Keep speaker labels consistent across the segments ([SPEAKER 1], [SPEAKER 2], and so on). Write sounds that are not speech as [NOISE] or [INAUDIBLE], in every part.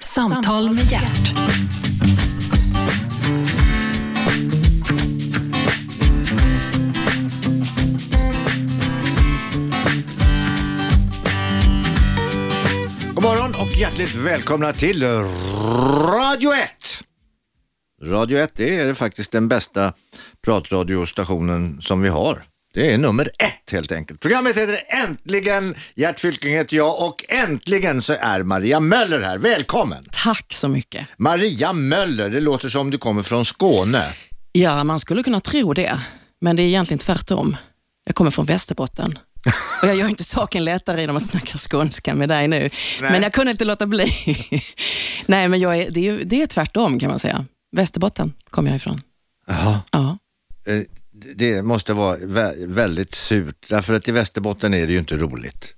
[SPEAKER 1] Samtal med hjärt.
[SPEAKER 2] God morgon och hjärtligt välkomna till Radio 1! Radio 1 det är faktiskt den bästa pratradiostationen som vi har. Det är nummer ett helt enkelt. Programmet heter Äntligen! Gert Fylking heter jag och äntligen så är Maria Möller här. Välkommen!
[SPEAKER 3] Tack så mycket.
[SPEAKER 2] Maria Möller, det låter som du kommer från Skåne.
[SPEAKER 3] Ja, man skulle kunna tro det, men det är egentligen tvärtom. Jag kommer
[SPEAKER 2] [LAUGHS]
[SPEAKER 3] från Västerbotten. Och jag gör inte saken lättare genom att snacka skånska med dig nu,
[SPEAKER 2] Nej.
[SPEAKER 3] men jag kunde inte låta bli. [LAUGHS] Nej, men jag är, det, är, ju- det är tvärtom kan man säga. Västerbotten kommer jag ifrån.
[SPEAKER 2] Jaha.
[SPEAKER 3] Ja.
[SPEAKER 2] Eh, Det måste vara vä- väldigt surt, därför att i Västerbotten är det ju inte roligt.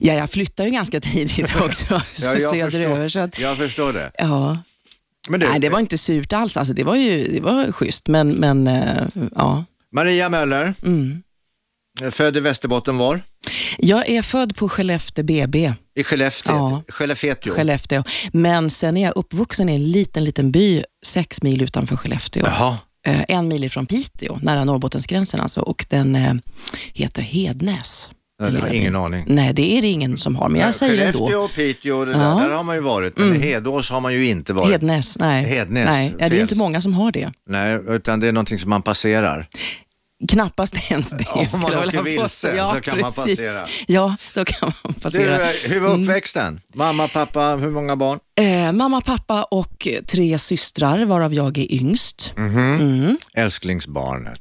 [SPEAKER 3] ja, jag flyttade ju
[SPEAKER 2] [LAUGHS]
[SPEAKER 3] ganska tidigt också, så söderöver. Så att,
[SPEAKER 2] jag förstår det.
[SPEAKER 3] ja.
[SPEAKER 2] Men du,
[SPEAKER 3] Nej, det var inte surt alls. Alltså, det var ju det var schysst, men, men eh, ja.
[SPEAKER 2] Maria Möller,
[SPEAKER 3] Mm.
[SPEAKER 2] född i Västerbotten var?
[SPEAKER 3] Jag är född på Skellefteå BB.
[SPEAKER 2] I Skellefteå.
[SPEAKER 3] Ja.
[SPEAKER 2] Skellefteå.
[SPEAKER 3] Skellefteå. Men sen är jag uppvuxen i en liten, liten by sex mil utanför Skellefteå.
[SPEAKER 2] Jaha.
[SPEAKER 3] Eh, En mil ifrån Piteå, nära Norrbottensgränsen alltså. Och den eh, heter Hednäs.
[SPEAKER 2] Nej, det har jag ingen
[SPEAKER 3] Den
[SPEAKER 2] aning.
[SPEAKER 3] lilla byn. Nej, det är det ingen som har, men jag säger
[SPEAKER 2] Skellefteå
[SPEAKER 3] ändå.
[SPEAKER 2] och Piteå, det där, där har man ju varit. Men
[SPEAKER 3] Mm.
[SPEAKER 2] Hedås har man ju inte varit.
[SPEAKER 3] Hednäs, nej.
[SPEAKER 2] Hednäs,
[SPEAKER 3] nej. Ja, det är
[SPEAKER 2] fel.
[SPEAKER 3] ju inte många som har det.
[SPEAKER 2] Nej, utan det är någonting som man passerar.
[SPEAKER 3] Knappast ens det.
[SPEAKER 2] Om man
[SPEAKER 3] skulle jag
[SPEAKER 2] åker
[SPEAKER 3] vilja påstå.
[SPEAKER 2] vilse
[SPEAKER 3] ja,
[SPEAKER 2] så kan man
[SPEAKER 3] precis.
[SPEAKER 2] passera.
[SPEAKER 3] Ja, då kan man
[SPEAKER 2] Du,
[SPEAKER 3] passera.
[SPEAKER 2] eh, hur
[SPEAKER 3] Mm.
[SPEAKER 2] var uppväxten? Mamma, pappa, hur många barn?
[SPEAKER 3] Eh, mamma, pappa och tre systrar, varav jag är yngst. Mm.
[SPEAKER 2] Älsklingsbarnet.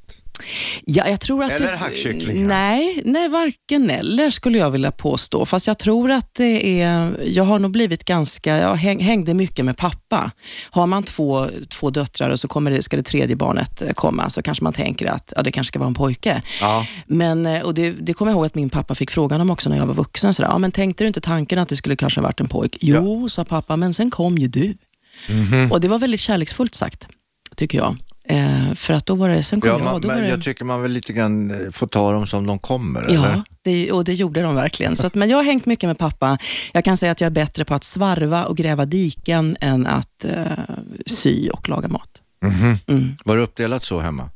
[SPEAKER 3] Ja, jag tror att
[SPEAKER 2] Eller
[SPEAKER 3] det,
[SPEAKER 2] hackkycklingar.
[SPEAKER 3] Nej, nej, varken eller skulle jag vilja påstå. Fast jag tror att det är, jag har nog blivit ganska, jag häng, hängde mycket med pappa. Har man två, två döttrar och så kommer det, ska det tredje barnet eh, komma så kanske man tänker att ja, det kanske ska vara en pojke.
[SPEAKER 2] Ja.
[SPEAKER 3] Men, eh, och det, det kommer jag ihåg att min pappa fick frågan om också när jag var vuxen. Sådär, ja, men tänkte du inte tanken att det skulle kanske ha varit en pojke? Jo, sa pappa, men sen kom ju du.
[SPEAKER 2] Mhm.
[SPEAKER 3] Och det var väldigt kärleksfullt sagt, tycker jag. Eh, för att då var det, sen kom
[SPEAKER 2] Ja,
[SPEAKER 3] jag,
[SPEAKER 2] man,
[SPEAKER 3] då var
[SPEAKER 2] men
[SPEAKER 3] det...
[SPEAKER 2] jag tycker man väl lite grann eh, får ta dem som de kommer. Eller?
[SPEAKER 3] Ja, det, och det gjorde de verkligen. Så att, men jag har hängt mycket med pappa. Jag kan säga att jag är bättre på att svarva och gräva diken än att eh, sy och laga mat.
[SPEAKER 2] Var det uppdelat så hemma?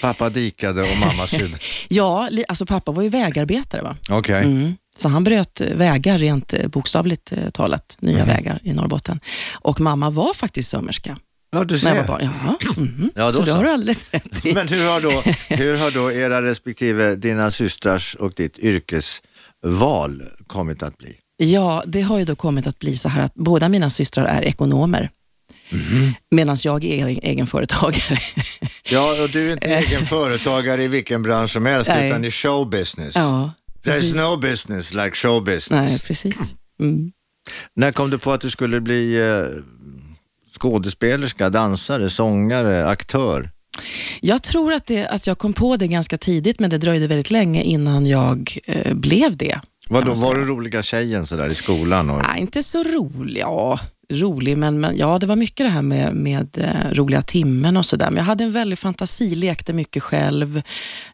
[SPEAKER 2] Pappa dikade och mamma
[SPEAKER 3] [LAUGHS]
[SPEAKER 2] sydde.
[SPEAKER 3] Ja, li, alltså pappa var ju vägarbetare. Va?
[SPEAKER 2] Okej.
[SPEAKER 3] Mm. Så han bröt eh, vägar rent eh, bokstavligt eh, talat, nya
[SPEAKER 2] Mhm.
[SPEAKER 3] vägar i Norrbotten. Och mamma var faktiskt sömmerska
[SPEAKER 2] Ja, du
[SPEAKER 3] när jag var
[SPEAKER 2] ser.
[SPEAKER 3] barn. Jaha, mhm.
[SPEAKER 2] Ja, då
[SPEAKER 3] så det
[SPEAKER 2] så.
[SPEAKER 3] har du alldeles rätt i.
[SPEAKER 2] Men hur har, då, hur har då era respektive, dina systrars och ditt yrkesval kommit att bli?
[SPEAKER 3] Ja, det har ju då kommit att bli så här att båda mina systrar är ekonomer.
[SPEAKER 2] Mhm.
[SPEAKER 3] Medan jag är e- egenföretagare.
[SPEAKER 2] Ja, och du är inte egen företagare i vilken bransch som helst
[SPEAKER 3] Nej.
[SPEAKER 2] utan i showbusiness.
[SPEAKER 3] ja, precis.
[SPEAKER 2] There's no business like showbusiness.
[SPEAKER 3] Nej, precis. Mm.
[SPEAKER 2] När kom du på att du skulle bli eh, skådespelerska, dansare, sångare, aktör?
[SPEAKER 3] Jag tror att, det, att jag kom på det ganska tidigt, men det dröjde väldigt länge innan jag eh, blev det.
[SPEAKER 2] Vadå,
[SPEAKER 3] man säga.
[SPEAKER 2] var du roliga tjejen sådär i skolan? Och...
[SPEAKER 3] Nej, inte så rolig. Ja, rolig, men, men ja, det var mycket det här med, med eh, roliga timmen och sådär. Men jag hade en väldig fantasi, lekte mycket själv,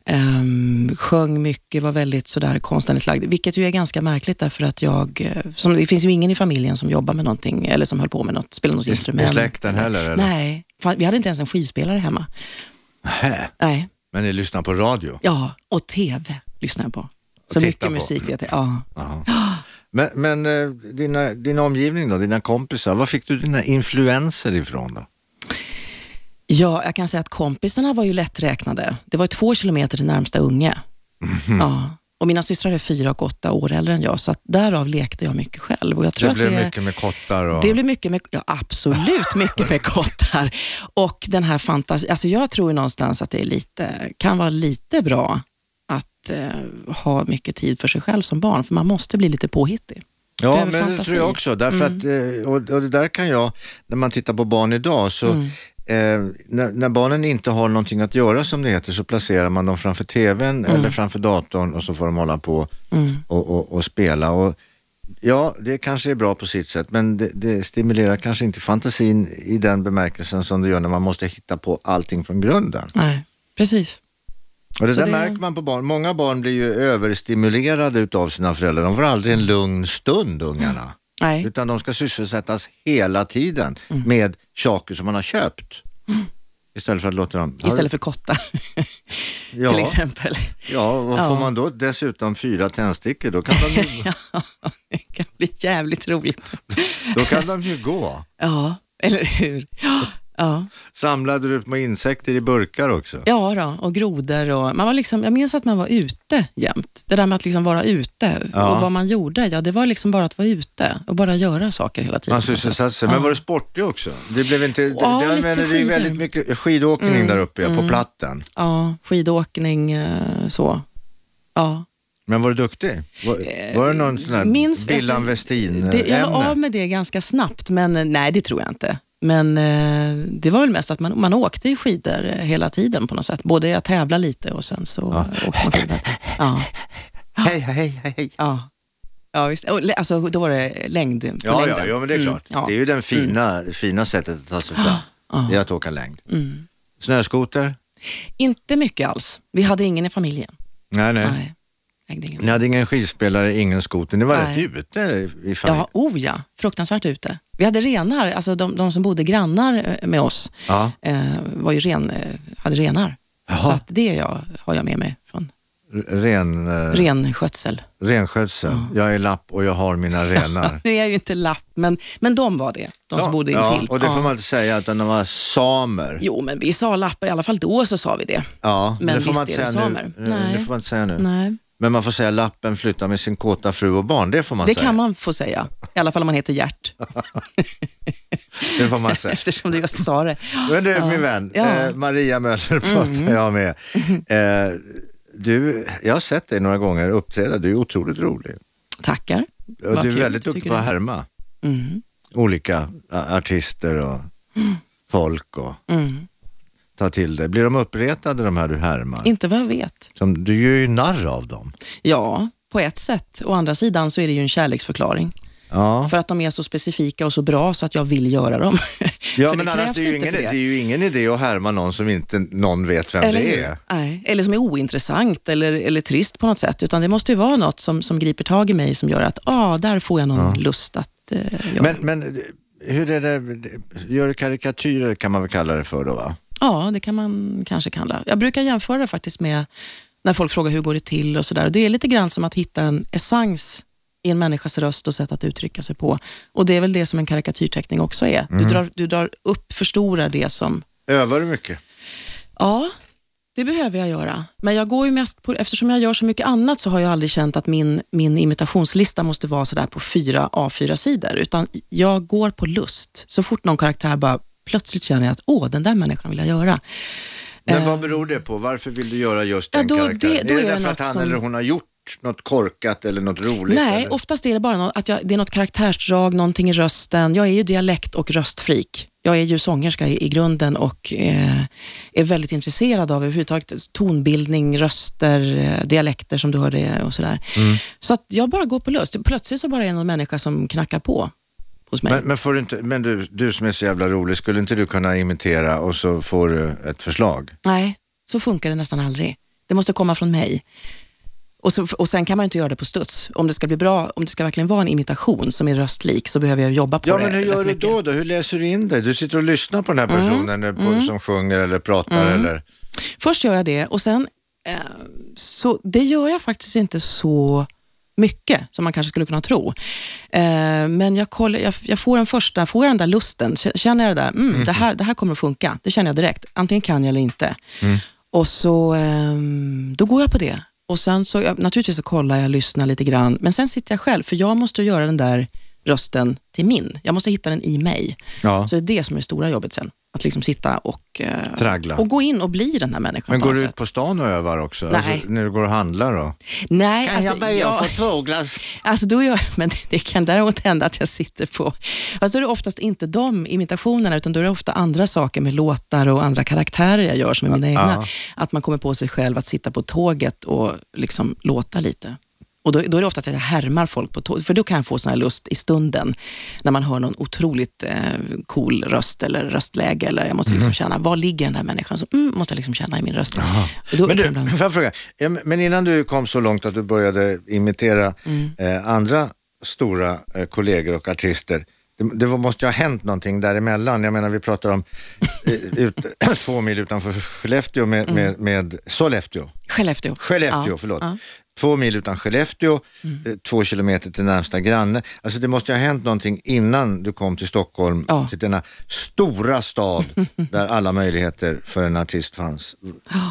[SPEAKER 3] ehm, sjöng mycket, var väldigt sådär konstnärligt lagd. Vilket ju är ganska märkligt därför att jag, eh, som, det finns ju ingen i familjen som jobbar med någonting eller som höll på med något, spelade något instrument.
[SPEAKER 2] I släkten heller? Eller?
[SPEAKER 3] Nej, fan, vi hade inte ens en skivspelare hemma.
[SPEAKER 2] Nähä.
[SPEAKER 3] Nej.
[SPEAKER 2] Men ni lyssnar på radio?
[SPEAKER 3] Ja, och TV lyssnar jag på. Så
[SPEAKER 2] titta
[SPEAKER 3] mycket
[SPEAKER 2] på.
[SPEAKER 3] musik vet jag. Ja.
[SPEAKER 2] Men, men eh, dina, din omgivning då, dina kompisar, var fick du dina influenser ifrån då?
[SPEAKER 3] ja, jag kan säga att kompisarna var ju lätträknade. Det var ju två kilometer till närmsta unge.
[SPEAKER 2] Mhm.
[SPEAKER 3] Ja. Och mina systrar är fyra och åtta år äldre än jag, så att därav lekte jag mycket själv. Och jag tror
[SPEAKER 2] Det
[SPEAKER 3] att
[SPEAKER 2] blev
[SPEAKER 3] det,
[SPEAKER 2] mycket med kottar och...
[SPEAKER 3] Det blir mycket med, ja, absolut mycket med kottar. Och den här fantasin, alltså jag tror ju någonstans att det är lite, kan vara lite bra att eh, ha mycket tid för sig själv som barn, för man måste bli lite påhittig.
[SPEAKER 2] ja,
[SPEAKER 3] behöver
[SPEAKER 2] men det
[SPEAKER 3] fantasi.
[SPEAKER 2] tror
[SPEAKER 3] Mm.
[SPEAKER 2] jag också. Därför att, eh, och, och det där kan jag, när man tittar på barn idag, så
[SPEAKER 3] Mm.
[SPEAKER 2] eh, när, när barnen inte har någonting att göra som det heter så placerar man dem framför tvn
[SPEAKER 3] Mm.
[SPEAKER 2] eller framför datorn och så får de hålla på och, och, och spela. Och, Ja, det kanske är bra på sitt sätt, men det, det stimulerar kanske inte fantasin i den bemärkelsen som det gör när man måste hitta på allting från grunden.
[SPEAKER 3] Nej, precis.
[SPEAKER 2] Och det
[SPEAKER 3] Så
[SPEAKER 2] där
[SPEAKER 3] det-
[SPEAKER 2] märker man på barn. Många barn blir ju överstimulerade utav sina föräldrar. De får aldrig en lugn stund, ungarna.
[SPEAKER 3] Nej.
[SPEAKER 2] Utan de ska sysselsättas hela tiden med saker som man har köpt. Istället för att låta dem... Har
[SPEAKER 3] Istället för kottar [LAUGHS]
[SPEAKER 2] du- ja,
[SPEAKER 3] till
[SPEAKER 2] [LAUGHS]
[SPEAKER 3] exempel.
[SPEAKER 2] Ja, och får
[SPEAKER 3] Ja.
[SPEAKER 2] man då dessutom fyra tändstickor, då kan de ju,
[SPEAKER 3] [LAUGHS] Ja, det kan bli jävligt roligt.
[SPEAKER 2] då kan de ju gå.
[SPEAKER 3] Ja, eller hur? Ja, Ja,
[SPEAKER 2] Samlade du på insekter i burkar också?
[SPEAKER 3] ja då, och grodor. Och, man var liksom, jag minns att man var ute jämt. Det där med att liksom vara ute
[SPEAKER 2] Ja.
[SPEAKER 3] och vad man gjorde, ja, det var liksom bara att vara ute och bara göra saker hela tiden.
[SPEAKER 2] Man sysselsatte sig. Men var det sportig också? Det blev inte... Det,
[SPEAKER 3] Ja,
[SPEAKER 2] det
[SPEAKER 3] lite
[SPEAKER 2] använder vi
[SPEAKER 3] skidor. Mm.
[SPEAKER 2] väldigt mycket skidåkning där uppe, ja, på platten.
[SPEAKER 3] Ja, skidåkning, eh, så. Ja.
[SPEAKER 2] Men var du duktig? Var, var det någon sån här
[SPEAKER 3] minns-
[SPEAKER 2] Billan
[SPEAKER 3] alltså, Det, jag la av
[SPEAKER 2] Westin-ämne?
[SPEAKER 3] med det ganska snabbt, men eh, nej, det tror jag inte. Men eh, det var väl mest att man, man åkte ju skidor eh, hela tiden på något sätt. Både jag tävlade lite och sen så eh, åkte man skidor. Ja,
[SPEAKER 2] Hej, hej, hej, hej.
[SPEAKER 3] ja. ja visst. Och, le- alltså, då var det längd på
[SPEAKER 2] Ja,
[SPEAKER 3] längden.
[SPEAKER 2] ja, ja, men det är
[SPEAKER 3] Mm,
[SPEAKER 2] klart.
[SPEAKER 3] ja. Mm. Ah,
[SPEAKER 2] Det är ju det fina, fina sättet att ta sig fram. Det är att åka längd.
[SPEAKER 3] Mm.
[SPEAKER 2] Snöskoter?
[SPEAKER 3] Inte mycket alls. Vi hade ingen i familjen.
[SPEAKER 2] Nej, nej.
[SPEAKER 3] Nej. Ägde ingen.
[SPEAKER 2] Ni hade ingen skidspelare, ingen skoter. Ni var
[SPEAKER 3] Nej.
[SPEAKER 2] rätt ute i familjen.
[SPEAKER 3] Ja, oh ja. Fruktansvärt ute. Vi hade renar, alltså de, de som bodde grannar eh, med oss
[SPEAKER 2] Ja.
[SPEAKER 3] eh, var ju ren, eh, hade renar.
[SPEAKER 2] Jaha.
[SPEAKER 3] Så att det jag, har jag med mig från
[SPEAKER 2] R- Ren, eh,
[SPEAKER 3] renskötsel.
[SPEAKER 2] Renskötsel. Jag är lapp och jag har mina renar.
[SPEAKER 3] Nu är jag ju inte lapp, men, men de var det. De som bodde
[SPEAKER 2] ja,
[SPEAKER 3] intill.
[SPEAKER 2] Och det får
[SPEAKER 3] [LAUGHS] Ja.
[SPEAKER 2] man inte säga, utan de var samer.
[SPEAKER 3] Jo, men vi sa lappar, i alla fall då så sa vi det.
[SPEAKER 2] Ja,
[SPEAKER 3] Men
[SPEAKER 2] det får man
[SPEAKER 3] visst
[SPEAKER 2] inte
[SPEAKER 3] är det
[SPEAKER 2] säga
[SPEAKER 3] samer.
[SPEAKER 2] nu. Nej.
[SPEAKER 3] Nej.
[SPEAKER 2] Det får man inte säga nu.
[SPEAKER 3] Nej.
[SPEAKER 2] Men man får säga lappen flyttar med sin kåta fru och barn. Det får man
[SPEAKER 3] Det
[SPEAKER 2] säga.
[SPEAKER 3] kan man få säga, i alla fall om man
[SPEAKER 2] [LAUGHS]
[SPEAKER 3] heter Gert,
[SPEAKER 2] Det får man säga.
[SPEAKER 3] eftersom du just sa det.
[SPEAKER 2] Men du min vän,
[SPEAKER 3] Ja. Mm.
[SPEAKER 2] eh, Maria Möller pratar jag
[SPEAKER 3] [LAUGHS]
[SPEAKER 2] med. Eh, du, jag har sett dig några gånger uppträda, du är otroligt rolig.
[SPEAKER 3] Tackar.
[SPEAKER 2] Och
[SPEAKER 3] Vad
[SPEAKER 2] du är
[SPEAKER 3] kul,
[SPEAKER 2] väldigt duktig
[SPEAKER 3] tycker
[SPEAKER 2] på
[SPEAKER 3] du?
[SPEAKER 2] att härma
[SPEAKER 3] Mm.
[SPEAKER 2] olika ä, artister och folk och
[SPEAKER 3] Mm.
[SPEAKER 2] ta till dig. Blir de uppretade de här du härmar?
[SPEAKER 3] Inte vad jag vet.
[SPEAKER 2] Som, du gör ju narr av dem.
[SPEAKER 3] Ja, på ett sätt. Å andra sidan så är det ju en kärleksförklaring.
[SPEAKER 2] Ja,
[SPEAKER 3] För att de är så specifika och så bra så att jag vill göra dem. [LAUGHS]
[SPEAKER 2] ja
[SPEAKER 3] För
[SPEAKER 2] men
[SPEAKER 3] det
[SPEAKER 2] annars
[SPEAKER 3] krävs
[SPEAKER 2] det är, ju
[SPEAKER 3] lite
[SPEAKER 2] ingen,
[SPEAKER 3] för
[SPEAKER 2] det. är ju ingen idé att härma någon som inte någon vet vem det
[SPEAKER 3] hur?
[SPEAKER 2] är.
[SPEAKER 3] Nej. eller som är ointressant eller, eller trist på något sätt. Utan det måste ju vara något som, som griper tag i mig som gör att, ah, där får jag någon lust att eh, göra.
[SPEAKER 2] Men, men hur är det, gör du karikatyrer kan man väl kalla det för då va?
[SPEAKER 3] Ja, det kan man kanske kalla. Jag brukar jämföra det faktiskt med när folk frågar hur går det till och sådär. Det är lite grann som att hitta en essens i en människas röst och sätt att uttrycka sig på. Och det är väl det som en karikatyrteckning också är.
[SPEAKER 2] Mm.
[SPEAKER 3] Du, drar, du drar upp, förstorar det som
[SPEAKER 2] Övar du mycket?
[SPEAKER 3] Ja, det behöver jag göra. Men jag går ju mest på, eftersom jag gör så mycket annat så har jag aldrig känt att min, min imitationslista måste vara sådär på fyra A4-sidor. Utan jag går på lust. Så fort någon karaktär bara plötsligt känner jag att åh, den där människan vill jag göra.
[SPEAKER 2] Men vad beror det på? Varför vill du göra just
[SPEAKER 3] Eh. Ja,
[SPEAKER 2] den
[SPEAKER 3] då-
[SPEAKER 2] karaktären?
[SPEAKER 3] det- då
[SPEAKER 2] är
[SPEAKER 3] är
[SPEAKER 2] det
[SPEAKER 3] det
[SPEAKER 2] därför att
[SPEAKER 3] något
[SPEAKER 2] han
[SPEAKER 3] som-
[SPEAKER 2] eller hon har gjort något korkat eller något roligt?
[SPEAKER 3] Nej,
[SPEAKER 2] eller?
[SPEAKER 3] oftast är det bara något, att jag, det är något karaktärsdrag, någonting i rösten. Jag är ju dialekt och röstfrik. Jag är ju sångerska i, i grunden och eh, är väldigt intresserad av överhuvudtaget tonbildning, röster, eh, dialekter som du hörde eh, och sådär.
[SPEAKER 2] Mm.
[SPEAKER 3] Så att jag bara går på lust. Plötsligt så bara är det någon människa som knackar på hos mig.
[SPEAKER 2] Men, men, får du, inte, men du, du som är så jävla rolig, skulle inte du kunna imitera och så får du ett förslag?
[SPEAKER 3] Nej, så funkar det nästan aldrig. Det måste komma från mig. Och, så, och sen kan man ju inte göra det på studs. Om det ska bli bra, om det ska verkligen vara en imitation som är röstlik så behöver jag jobba på
[SPEAKER 2] Ja,
[SPEAKER 3] det
[SPEAKER 2] men hur
[SPEAKER 3] rätt
[SPEAKER 2] gör du
[SPEAKER 3] mycket. Mm,
[SPEAKER 2] då, då? Hur läser du in dig? Du sitter och lyssnar på den här personen eller på, som sjunger eller pratar eller...
[SPEAKER 3] Först gör jag det och sen eh, så det gör jag faktiskt inte så mycket som man kanske skulle kunna tro. Eh, men jag, kollar, jag, jag får en första, får jag den där lusten, K- känner jag det där, mm, det, här, det här kommer att funka, det känner jag direkt, antingen kan jag eller inte. Och så, ehm, då går jag på det. Och sen så, jag, naturligtvis så kollar jag, lyssnar lite grann, men sen sitter jag själv, för jag måste göra den där rösten till min. Jag måste hitta den i mig.
[SPEAKER 2] Ja.
[SPEAKER 3] Så det är det som är det stora jobbet sen. Att liksom sitta och, eh,
[SPEAKER 2] Traggla.
[SPEAKER 3] och gå in och bli den här människan
[SPEAKER 2] Men
[SPEAKER 3] på
[SPEAKER 2] går
[SPEAKER 3] något
[SPEAKER 2] du ut
[SPEAKER 3] sätt.
[SPEAKER 2] på stan och övar också?
[SPEAKER 3] Nej.
[SPEAKER 2] Alltså, när du går och handlar då?
[SPEAKER 3] Nej, alltså, jag,
[SPEAKER 2] två glas?
[SPEAKER 3] alltså då är jag, [LAUGHS] men det kan däremot hända att jag sitter på... Fast då är det oftast inte de imitationerna, utan då är det ofta andra saker med låtar och andra karaktärer jag gör som är mina egna. Att man kommer på sig själv att sitta på tåget och liksom låta lite. Och då, då är det ofta att jag härmar folk på tåget, för då kan jag få sån här lust i stunden. När man hör någon otroligt eh, cool röst eller röstläge. Eller jag måste
[SPEAKER 2] Mhm.
[SPEAKER 3] liksom känna, var ligger den där människan? Så, mm, måste jag liksom känna i min röst. Och då
[SPEAKER 2] Men,
[SPEAKER 3] kan
[SPEAKER 2] du,
[SPEAKER 3] jag ibland- Mm.
[SPEAKER 2] får jag fråga, Ja, men innan du kom så långt att du började imitera eh, andra stora eh, kollegor och artister. Det, det var- måste ju ha hänt någonting däremellan. Jag menar vi pratar om eh, ut, [CLEARS THROAT] två mil utanför Skellefteå med, med,
[SPEAKER 3] Mm.
[SPEAKER 2] med Sollefteå.
[SPEAKER 3] Skellefteå.
[SPEAKER 2] Skellefteå,
[SPEAKER 3] Ja,
[SPEAKER 2] förlåt.
[SPEAKER 3] ja. Mm.
[SPEAKER 2] Två mil utan Skellefteå, eh, två kilometer till närmsta granne. Alltså det måste ju ha hänt någonting innan du kom till Stockholm,
[SPEAKER 3] Ja.
[SPEAKER 2] till denna stora
[SPEAKER 3] [LAUGHS]
[SPEAKER 2] stad där alla möjligheter för en artist fanns.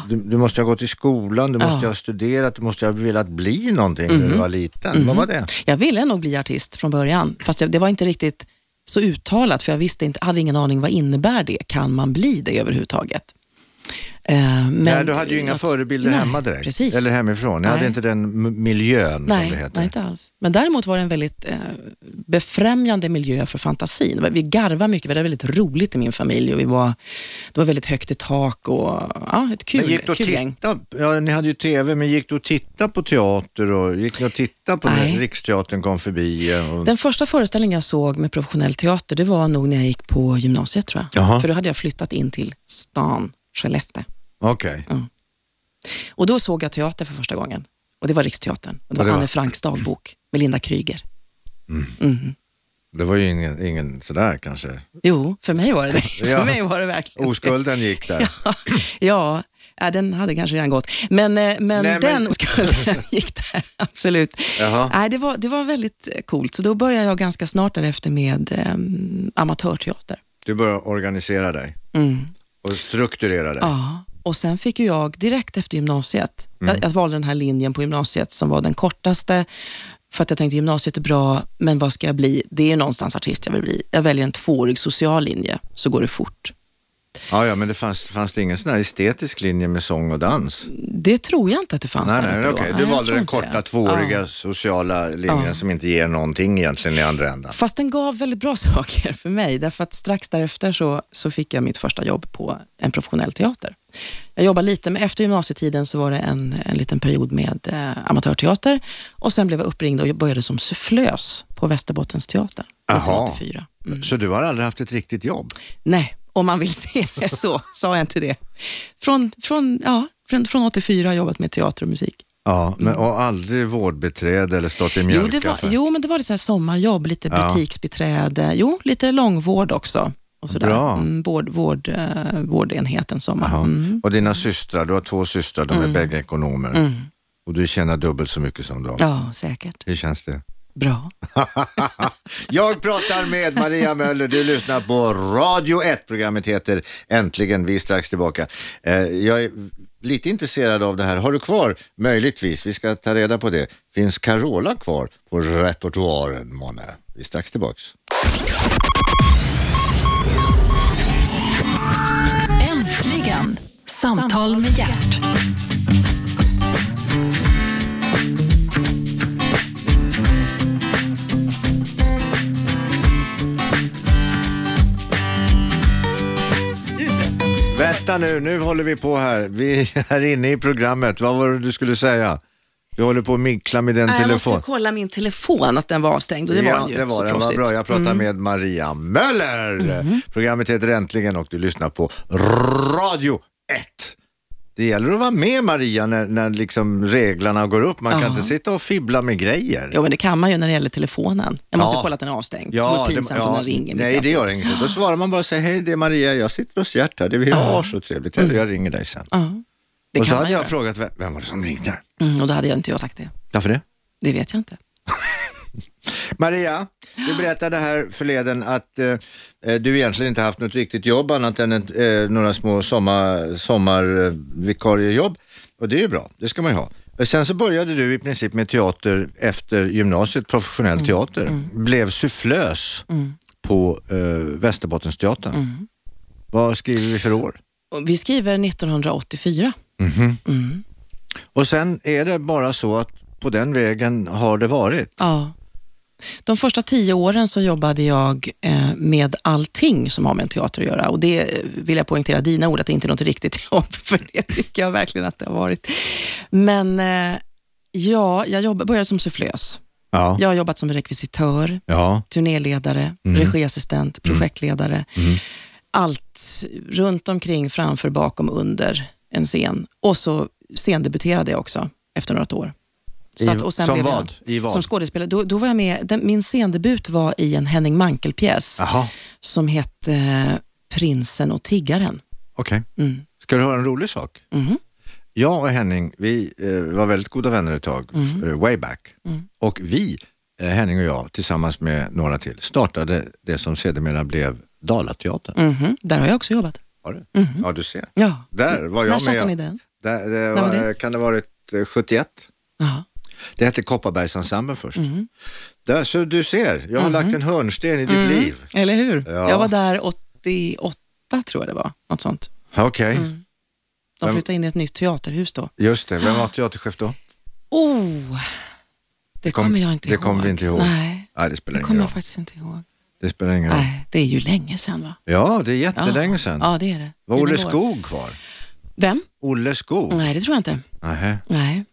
[SPEAKER 2] Du, du måste ju ha gått i skolan, du måste ju ha studerat, du måste ju ha velat bli någonting när
[SPEAKER 3] Mm.
[SPEAKER 2] du var liten. Vad var det?
[SPEAKER 3] Jag ville nog bli artist från början, fast jag, det var inte riktigt så uttalat, för jag visste inte, hade ingen aning vad innebär det. Kan man bli det överhuvudtaget? Eh, men,
[SPEAKER 2] Nej, du hade ju inga
[SPEAKER 3] något-
[SPEAKER 2] förebilder
[SPEAKER 3] nej,
[SPEAKER 2] hemma direkt,
[SPEAKER 3] Precis.
[SPEAKER 2] eller hemifrån. Ni hade
[SPEAKER 3] Nej.
[SPEAKER 2] inte den m- miljön som det
[SPEAKER 3] Nej,
[SPEAKER 2] heter.
[SPEAKER 3] nej, inte alls. Men däremot var det en väldigt eh, befrämjande miljö för fantasin. Vi garvade mycket, vi hade väldigt roligt i min familj och vi var, det var väldigt högt i tak och ja, ett kul,
[SPEAKER 2] Men gick du och
[SPEAKER 3] kul gäng.
[SPEAKER 2] titta, ja, ni hade ju tv, men gick du och titta på teater och gick ni och titta på
[SPEAKER 3] Nej.
[SPEAKER 2] när Riksteatern kom förbi? Och...
[SPEAKER 3] Den första föreställningen jag såg med professionell teater, det var nog när jag gick på gymnasiet tror jag.
[SPEAKER 2] Jaha.
[SPEAKER 3] För då hade jag flyttat in till stan, Skellefteå.
[SPEAKER 2] Okej,
[SPEAKER 3] Och då såg jag teater för första gången. Och det var Riksteatern. Och
[SPEAKER 2] Ja,
[SPEAKER 3] det var
[SPEAKER 2] det var-
[SPEAKER 3] Anne Franks dagbok med Linda Kryger.
[SPEAKER 2] det var ju ingen, ingen sådär kanske.
[SPEAKER 3] Jo, för mig var det det. För
[SPEAKER 2] Ja.
[SPEAKER 3] mig var det verkligen det.
[SPEAKER 2] Oskulden gick där.
[SPEAKER 3] [LAUGHS] Ja, ja äh, den hade kanske redan gått. Men, eh, men
[SPEAKER 2] men-
[SPEAKER 3] den oskulden [LAUGHS] gick där, absolut.
[SPEAKER 2] Jaha.
[SPEAKER 3] Nej, det, var, det var väldigt eh, coolt, så då började jag ganska snart därefter med ehm, amatörteater.
[SPEAKER 2] Du började organisera dig
[SPEAKER 3] Mm.
[SPEAKER 2] och strukturera dig.
[SPEAKER 3] Ja, och sen fick ju jag direkt efter gymnasiet,
[SPEAKER 2] Mm.
[SPEAKER 3] jag, jag valde den här linjen på gymnasiet som var den kortaste, för att jag tänkte gymnasiet är bra, men vad ska jag bli? Det är ju någonstans artist jag vill bli. Jag väljer en tvåårig social linje, så går det fort.
[SPEAKER 2] Ja, ja, men det fanns, fanns det ingen sån här estetisk linje med sång och dans?
[SPEAKER 3] Det tror jag inte att det fanns
[SPEAKER 2] Nej,
[SPEAKER 3] där
[SPEAKER 2] nej,
[SPEAKER 3] uppe då.
[SPEAKER 2] okej.
[SPEAKER 3] Nej,
[SPEAKER 2] Du
[SPEAKER 3] jag
[SPEAKER 2] valde
[SPEAKER 3] tror
[SPEAKER 2] den
[SPEAKER 3] inte det.
[SPEAKER 2] korta tvååriga
[SPEAKER 3] Ja.
[SPEAKER 2] sociala linjen som inte ger någonting egentligen i andra änden.
[SPEAKER 3] Fast den gav väldigt bra [LAUGHS] saker för mig, därför att strax därefter så, så fick jag mitt första jobb på en professionell teater. Jag jobbade lite, men efter gymnasietiden så var det en, en liten period med eh, amatörteater och sen blev jag uppringd och jag började som sufflös på Västerbottensteatern
[SPEAKER 2] Jaha.
[SPEAKER 3] 1984. Mm.
[SPEAKER 2] Så du har aldrig haft ett riktigt jobb?
[SPEAKER 3] Nej, om man vill [LAUGHS] se det så, sa jag inte det. Från, från, ja, från, från 84 har jag jobbat med teater och musik.
[SPEAKER 2] Ja, men, och aldrig vårdbiträde eller stått i
[SPEAKER 3] Jo, det
[SPEAKER 2] mjölkaffär?
[SPEAKER 3] var, jo, men det var det så här sommarjobb, lite
[SPEAKER 2] Ja.
[SPEAKER 3] butiksbiträde, jo, lite långvård också. Och sådär.
[SPEAKER 2] Bra.
[SPEAKER 3] Mm, vård, vård, eh, vårdenheten sommar.
[SPEAKER 2] Ja.
[SPEAKER 3] Mm.
[SPEAKER 2] Och dina systrar, du har två systrar, de är bägge ekonomer. Och du tjänar dubbelt så mycket som dem.
[SPEAKER 3] Ja, säkert.
[SPEAKER 2] Hur känns det? [LAUGHS]
[SPEAKER 3] Bra.
[SPEAKER 2] Jag pratar med Maria Möller, du lyssnar på Radio 1. Programmet heter Äntligen, vi är strax tillbaka. Eh, Jag är lite intresserad av det här. Har du kvar, möjligtvis, vi ska ta reda på det, finns Carola kvar på repertoaren, månne? Vi är strax tillbaks.
[SPEAKER 1] Äntligen! Samtal med hjärt.
[SPEAKER 2] Vänta nu, nu håller vi på här. Vi är här inne i programmet. Vad var det du skulle säga? Du håller på att mickla med den
[SPEAKER 3] Nej, jag måste
[SPEAKER 2] telefon.
[SPEAKER 3] ju kolla min telefon, att den var avstängd. Och det
[SPEAKER 2] ja,
[SPEAKER 3] var den ju.
[SPEAKER 2] det
[SPEAKER 3] så Mm.
[SPEAKER 2] var den. Vad
[SPEAKER 3] proffsigt.
[SPEAKER 2] bra. Jag pratar med Maria Möller. Programmet heter Äntligen och du lyssnar på Radio 1. Det gäller att vara med Maria när, när liksom reglarna går upp. Man kan inte sitta och fibbla med grejer.
[SPEAKER 3] Jo, men det kan man ju när det gäller telefonen. Jag måste
[SPEAKER 2] Ja.
[SPEAKER 3] ju kolla att den är avstängd. det vore pinsamt om den ringer. mitt i
[SPEAKER 2] Nej, det
[SPEAKER 3] alltihop.
[SPEAKER 2] gör inget. Då svarar man bara och säger, hej det är Maria, jag sitter hos Gert här. Det vi har så trevligt. Eller jag ringer dig sen.
[SPEAKER 3] Mm. Ja, det
[SPEAKER 2] och så
[SPEAKER 3] kan
[SPEAKER 2] hade
[SPEAKER 3] man
[SPEAKER 2] jag
[SPEAKER 3] göra.
[SPEAKER 2] frågat, vem, vem var det som ringde?
[SPEAKER 3] Mm, och då hade jag inte jag sagt det.
[SPEAKER 2] Varför det?
[SPEAKER 3] Det vet jag inte.
[SPEAKER 2] Maria, du berättade här förleden att eh, du egentligen inte haft något riktigt jobb annat än ett, eh, några små sommar, sommarvikariejobb. Och det är ju bra, det ska man ju ha. Och Sen så började du i princip med teater efter gymnasiet, professionell teater. Blev sufflös på eh, Västerbottensteatern. Vad skriver vi för år?
[SPEAKER 3] Och vi skriver 1984.
[SPEAKER 2] Och sen är det bara så att på den vägen har det varit.
[SPEAKER 3] Ja. De första tio åren så jobbade jag eh, med allting som har med en teater att göra. Och det eh, vill jag poängtera, dina ord, att det inte är något riktigt [LAUGHS] jobb, för det tycker jag verkligen att det har varit. Men eh, ja, jag jobb, började som sufflös.
[SPEAKER 2] Ja.
[SPEAKER 3] Jag har jobbat som rekvisitör,
[SPEAKER 2] ja.
[SPEAKER 3] turnéledare,
[SPEAKER 2] Mm.
[SPEAKER 3] regiassistent, projektledare. Allt runt omkring, framför, bakom, under en scen. Och så scendebuterade jag också efter några år. Så att, och sen
[SPEAKER 2] som
[SPEAKER 3] blev
[SPEAKER 2] vad? I
[SPEAKER 3] Jag,
[SPEAKER 2] vad?
[SPEAKER 3] som skådespelare. Då, då var jag med, den, min scendebut var i en Henning Mankell-pjäs
[SPEAKER 2] Jaha,
[SPEAKER 3] som hette Prinsen och tiggaren.
[SPEAKER 2] okej.
[SPEAKER 3] Mm.
[SPEAKER 2] Ska du höra en rolig sak?
[SPEAKER 3] Mhm.
[SPEAKER 2] Jag och Henning, vi eh, var väldigt goda vänner ett tag,
[SPEAKER 3] Mm-hmm.
[SPEAKER 2] f- way back.
[SPEAKER 3] Mm.
[SPEAKER 2] Och vi, eh, Henning och jag, tillsammans med några till, startade det som sedermera blev Dalateatern.
[SPEAKER 3] Mhm. Där har jag också jobbat.
[SPEAKER 2] Var det?
[SPEAKER 3] Mm-hmm.
[SPEAKER 2] Ja, du ser.
[SPEAKER 3] Ja.
[SPEAKER 2] Där var
[SPEAKER 3] När
[SPEAKER 2] jag
[SPEAKER 3] startade ni
[SPEAKER 2] med.
[SPEAKER 3] den?
[SPEAKER 2] Där, eh,
[SPEAKER 3] Mm. var
[SPEAKER 2] var-
[SPEAKER 3] det?
[SPEAKER 2] Kan det ha varit eh, 71?
[SPEAKER 3] Jaha.
[SPEAKER 2] Det hette Kopparbergsensemblen först.
[SPEAKER 3] Mm-hmm.
[SPEAKER 2] Där, så du ser, jag har lagt en hörnsten i ditt liv.
[SPEAKER 3] Eller hur?
[SPEAKER 2] Ja.
[SPEAKER 3] Jag var där 88 tror jag det var. Något sånt.
[SPEAKER 2] Okej,
[SPEAKER 3] Mm. De
[SPEAKER 2] Vem-
[SPEAKER 3] flyttade in i ett nytt teaterhus då.
[SPEAKER 2] just det.
[SPEAKER 3] [GASPS]
[SPEAKER 2] Vem var teaterchef då?
[SPEAKER 3] Oh, det
[SPEAKER 2] kom-
[SPEAKER 3] kommer jag inte
[SPEAKER 2] det
[SPEAKER 3] ihåg.
[SPEAKER 2] kommer vi inte ihåg.
[SPEAKER 3] Nej,
[SPEAKER 2] Nej, det spelar
[SPEAKER 3] det
[SPEAKER 2] ingen
[SPEAKER 3] kommer jag
[SPEAKER 2] roll.
[SPEAKER 3] faktiskt inte ihåg.
[SPEAKER 2] Det spelar ingen roll.
[SPEAKER 3] Nej, det är ju länge sedan va?
[SPEAKER 2] Ja, det är jättelänge sedan.
[SPEAKER 3] Ja, det är det.
[SPEAKER 2] Var
[SPEAKER 3] Tiden
[SPEAKER 2] Olle
[SPEAKER 3] går.
[SPEAKER 2] Skog kvar?
[SPEAKER 3] Vem?
[SPEAKER 2] Olle Skog?
[SPEAKER 3] Nej, det tror jag inte.
[SPEAKER 2] Nähä,
[SPEAKER 3] Nej.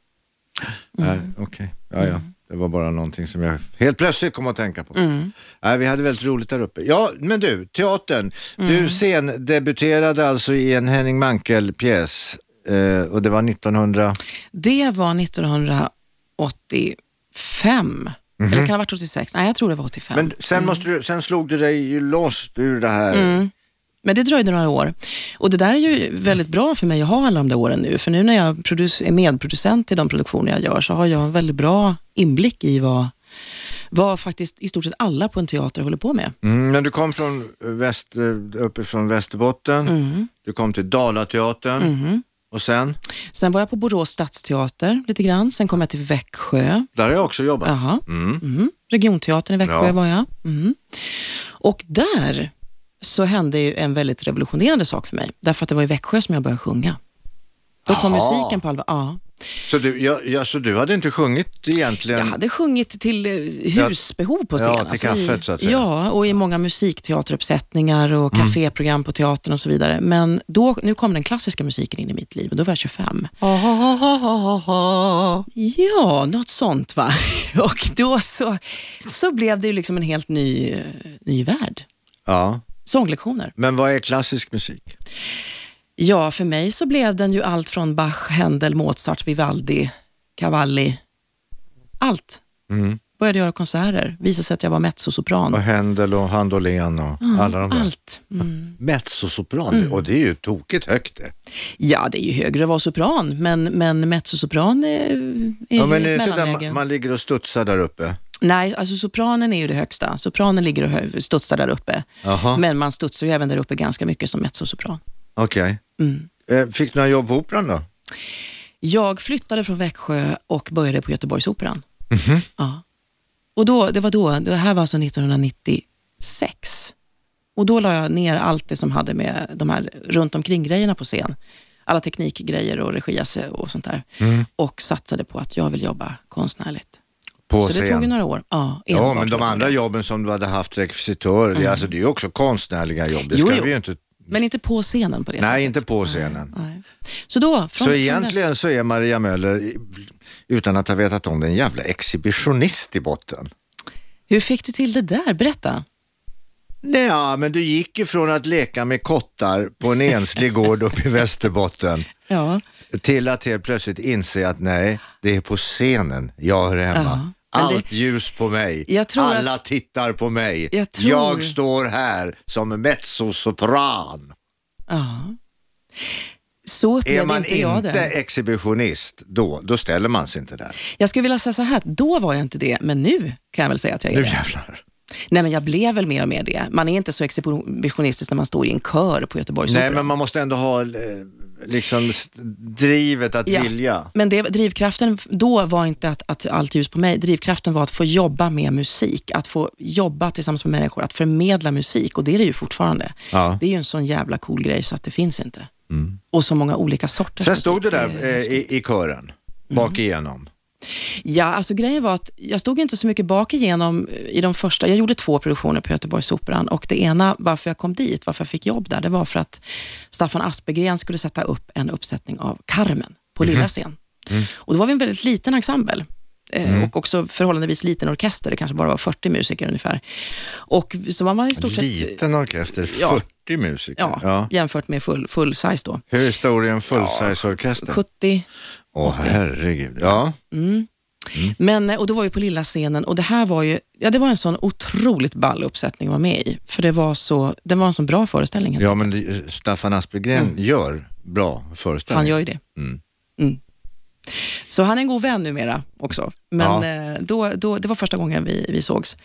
[SPEAKER 3] Mm.
[SPEAKER 2] nej, okej. Ja, ja. Det var bara någonting som jag helt plötsligt kom att tänka på.
[SPEAKER 3] Mm.
[SPEAKER 2] Nej, vi hade väldigt roligt där uppe. Ja, men du, teatern.
[SPEAKER 3] Mm.
[SPEAKER 2] Du scendebuterade alltså i en Henning Mankell-pjäs eh, och det var 1900...
[SPEAKER 3] Det var 1985. Eller kan det ha varit 86? Nej, jag tror det var 85.
[SPEAKER 2] Mhm. Men
[SPEAKER 3] Men,
[SPEAKER 2] sen, måste du, sen slog du dig ju loss ur det här.
[SPEAKER 3] Mm. det dröjde några år. Och det där är ju väldigt bra för mig att ha alla de där åren nu. För nu när jag produc- är medproducent i de produktioner jag gör så har jag en väldigt bra inblick i vad, vad faktiskt i stort sett alla på en teater håller på med.
[SPEAKER 2] Mm, men du kom från väst, uppifrån Västerbotten,
[SPEAKER 3] Mm.
[SPEAKER 2] du kom till Dalateatern och sen,
[SPEAKER 3] Sen var jag på Borås stadsteater lite grann. Sen kom jag till Växjö.
[SPEAKER 2] där har jag också jobbat.
[SPEAKER 3] Jaha.
[SPEAKER 2] Mm.
[SPEAKER 3] Mm. Regionteatern i Växjö
[SPEAKER 2] Ja.
[SPEAKER 3] var jag. Mm. Och där så hände ju en väldigt revolutionerande sak för mig. Därför att det var i Växjö som jag började sjunga. Då kom
[SPEAKER 2] Jaha.
[SPEAKER 3] musiken på allvar. Ja.
[SPEAKER 2] Så, du, ja, ja, så du hade inte sjungit egentligen?
[SPEAKER 3] Jag hade sjungit till eh, husbehov
[SPEAKER 2] Ja,
[SPEAKER 3] på scenen.
[SPEAKER 2] till kaffet,
[SPEAKER 3] i,
[SPEAKER 2] så att säga. Mm.
[SPEAKER 3] Ja, och i många musikteateruppsättningar och kaféprogram på teatern och så vidare. Men då, nu kom den klassiska musiken in i mitt liv och då var jag 25. Ja, något sånt va. [LAUGHS] Och då så, så blev det ju liksom en helt ny, eh, ny värld.
[SPEAKER 2] Ja,
[SPEAKER 3] Sånglektioner.
[SPEAKER 2] men vad är klassisk musik?
[SPEAKER 3] Ja, för mig så blev den ju allt från Bach, Händel, Mozart, Vivaldi, Cavalli. Allt.
[SPEAKER 2] Mm.
[SPEAKER 3] Började göra konserter. Visade sig att jag var mezzosopran.
[SPEAKER 2] Och Händel och Handolén och alla de där.
[SPEAKER 3] Allt. Mm.
[SPEAKER 2] Mezzosopran, och det är ju tokigt högt det.
[SPEAKER 3] Ja, det är ju högre att vara sopran, men, men mezzosopran är, är
[SPEAKER 2] Ja,
[SPEAKER 3] ju
[SPEAKER 2] men är
[SPEAKER 3] ett
[SPEAKER 2] det inte där
[SPEAKER 3] mellanläge.
[SPEAKER 2] man, man ligger och studsar där uppe?
[SPEAKER 3] Nej, alltså sopranen är ju det högsta. Sopranen ligger och hö- studsar där uppe.
[SPEAKER 2] Jaha,
[SPEAKER 3] Men man studsar ju även där uppe ganska mycket som mezzosopran.
[SPEAKER 2] okej.
[SPEAKER 3] Mm.
[SPEAKER 2] Eh, Fick du några jobb på Operan då?
[SPEAKER 3] Jag flyttade från Växjö och började på Göteborgsoperan.
[SPEAKER 2] Mhm.
[SPEAKER 3] Ja. Och då, det var då, det här var alltså 1996. Och då la jag ner allt det som hade med de här runt omkring grejerna på scen. Alla teknikgrejer och regi och sånt där.
[SPEAKER 2] Mm.
[SPEAKER 3] Och satsade på att jag vill jobba konstnärligt.
[SPEAKER 2] På
[SPEAKER 3] Så det
[SPEAKER 2] scen?
[SPEAKER 3] tog ju några år. Ja,
[SPEAKER 2] ja,
[SPEAKER 3] enbart
[SPEAKER 2] men de
[SPEAKER 3] på
[SPEAKER 2] andra
[SPEAKER 3] det.
[SPEAKER 2] jobben som du hade haft, rekvisitörer, det, är alltså, det är ju också konstnärliga jobb. Det
[SPEAKER 3] Jo,
[SPEAKER 2] ska
[SPEAKER 3] jo.
[SPEAKER 2] vi ju inte...
[SPEAKER 3] Men inte på scenen på det
[SPEAKER 2] Nej,
[SPEAKER 3] sättet.
[SPEAKER 2] inte på scenen.
[SPEAKER 3] Nej. Så då, från,
[SPEAKER 2] Så
[SPEAKER 3] från
[SPEAKER 2] egentligen
[SPEAKER 3] dess-
[SPEAKER 2] så är Maria Möller, i- utan att ha vetat om det, en jävla exhibitionist i botten.
[SPEAKER 3] Hur fick du till det där? Berätta.
[SPEAKER 2] Nej, ja, men du gick ifrån att leka med kottar på en enslig gård uppe i Västerbotten
[SPEAKER 3] Ja.
[SPEAKER 2] till att helt plötsligt inse att nej, det är på scenen jag hör hemma.
[SPEAKER 3] Ja, men det-
[SPEAKER 2] Allt ljus på mig,
[SPEAKER 3] Jag tror
[SPEAKER 2] alla
[SPEAKER 3] att-
[SPEAKER 2] tittar på mig.
[SPEAKER 3] Jag tror-
[SPEAKER 2] jag står här som mezzosopran.
[SPEAKER 3] ja. Så
[SPEAKER 2] Är
[SPEAKER 3] upplevde
[SPEAKER 2] man
[SPEAKER 3] inte jag
[SPEAKER 2] inte
[SPEAKER 3] det.
[SPEAKER 2] exhibitionist då, då ställer man sig inte där.
[SPEAKER 3] Jag skulle vilja säga så här, då var jag inte det, men nu kan jag väl säga att jag är
[SPEAKER 2] Nu
[SPEAKER 3] det.
[SPEAKER 2] jävlar.
[SPEAKER 3] Nej, men jag blev väl mer och mer det. Man är inte så exhibitionistisk när man står i en kör på Göteborgsoperan.
[SPEAKER 2] Nej, men man måste ändå ha eh, liksom st- drivet att
[SPEAKER 3] Ja.
[SPEAKER 2] vilja.
[SPEAKER 3] Men det, drivkraften då var inte att, att allt ljus på mig. Drivkraften var att få jobba med musik, att få jobba tillsammans med människor, att förmedla musik och det är det ju fortfarande.
[SPEAKER 2] Ja. Mm.
[SPEAKER 3] Det är ju en sån jävla cool grej så att det finns inte. Och så många olika sorters
[SPEAKER 2] Sen
[SPEAKER 3] musik.
[SPEAKER 2] stod du där
[SPEAKER 3] Det
[SPEAKER 2] eh,
[SPEAKER 3] är-
[SPEAKER 2] i, i kören, bak
[SPEAKER 3] Mm.
[SPEAKER 2] igenom.
[SPEAKER 3] Ja, alltså grejen var att jag stod inte så mycket bak igenom eh, i de första. Jag gjorde två produktioner på Göteborgsoperan och det ena, varför jag kom dit, varför jag fick jobb där, det var för att Staffan Aspergren skulle sätta upp en uppsättning av Carmen på
[SPEAKER 2] Mhm.
[SPEAKER 3] lilla scen.
[SPEAKER 2] Mm.
[SPEAKER 3] Och då var vi en väldigt liten ensemble. eh, Och också förhållandevis liten orkester, det kanske bara var 40 musiker ungefär. Och så man var i stort sett,
[SPEAKER 2] Liten orkester,
[SPEAKER 3] Ja.
[SPEAKER 2] 40 musiker.
[SPEAKER 3] ja,
[SPEAKER 2] Ja.
[SPEAKER 3] jämfört med full, full size då.
[SPEAKER 2] Hur stor är en full-size-orkester?
[SPEAKER 3] 70,
[SPEAKER 2] Åh herregud. Ja.
[SPEAKER 3] Men, eh, och då var vi på lilla scenen och det här var ju, ja det var en sån otroligt ball uppsättning att vara med i. För det var så, den var en sån bra föreställning.
[SPEAKER 2] Ja, men det- Staffan Aspegren gör bra föreställningar.
[SPEAKER 3] Mm. Han gör ju det.
[SPEAKER 2] Mm.
[SPEAKER 3] Mm. Så han är en god vän numera också. Men eh, då, då, det var första gången vi, vi sågs.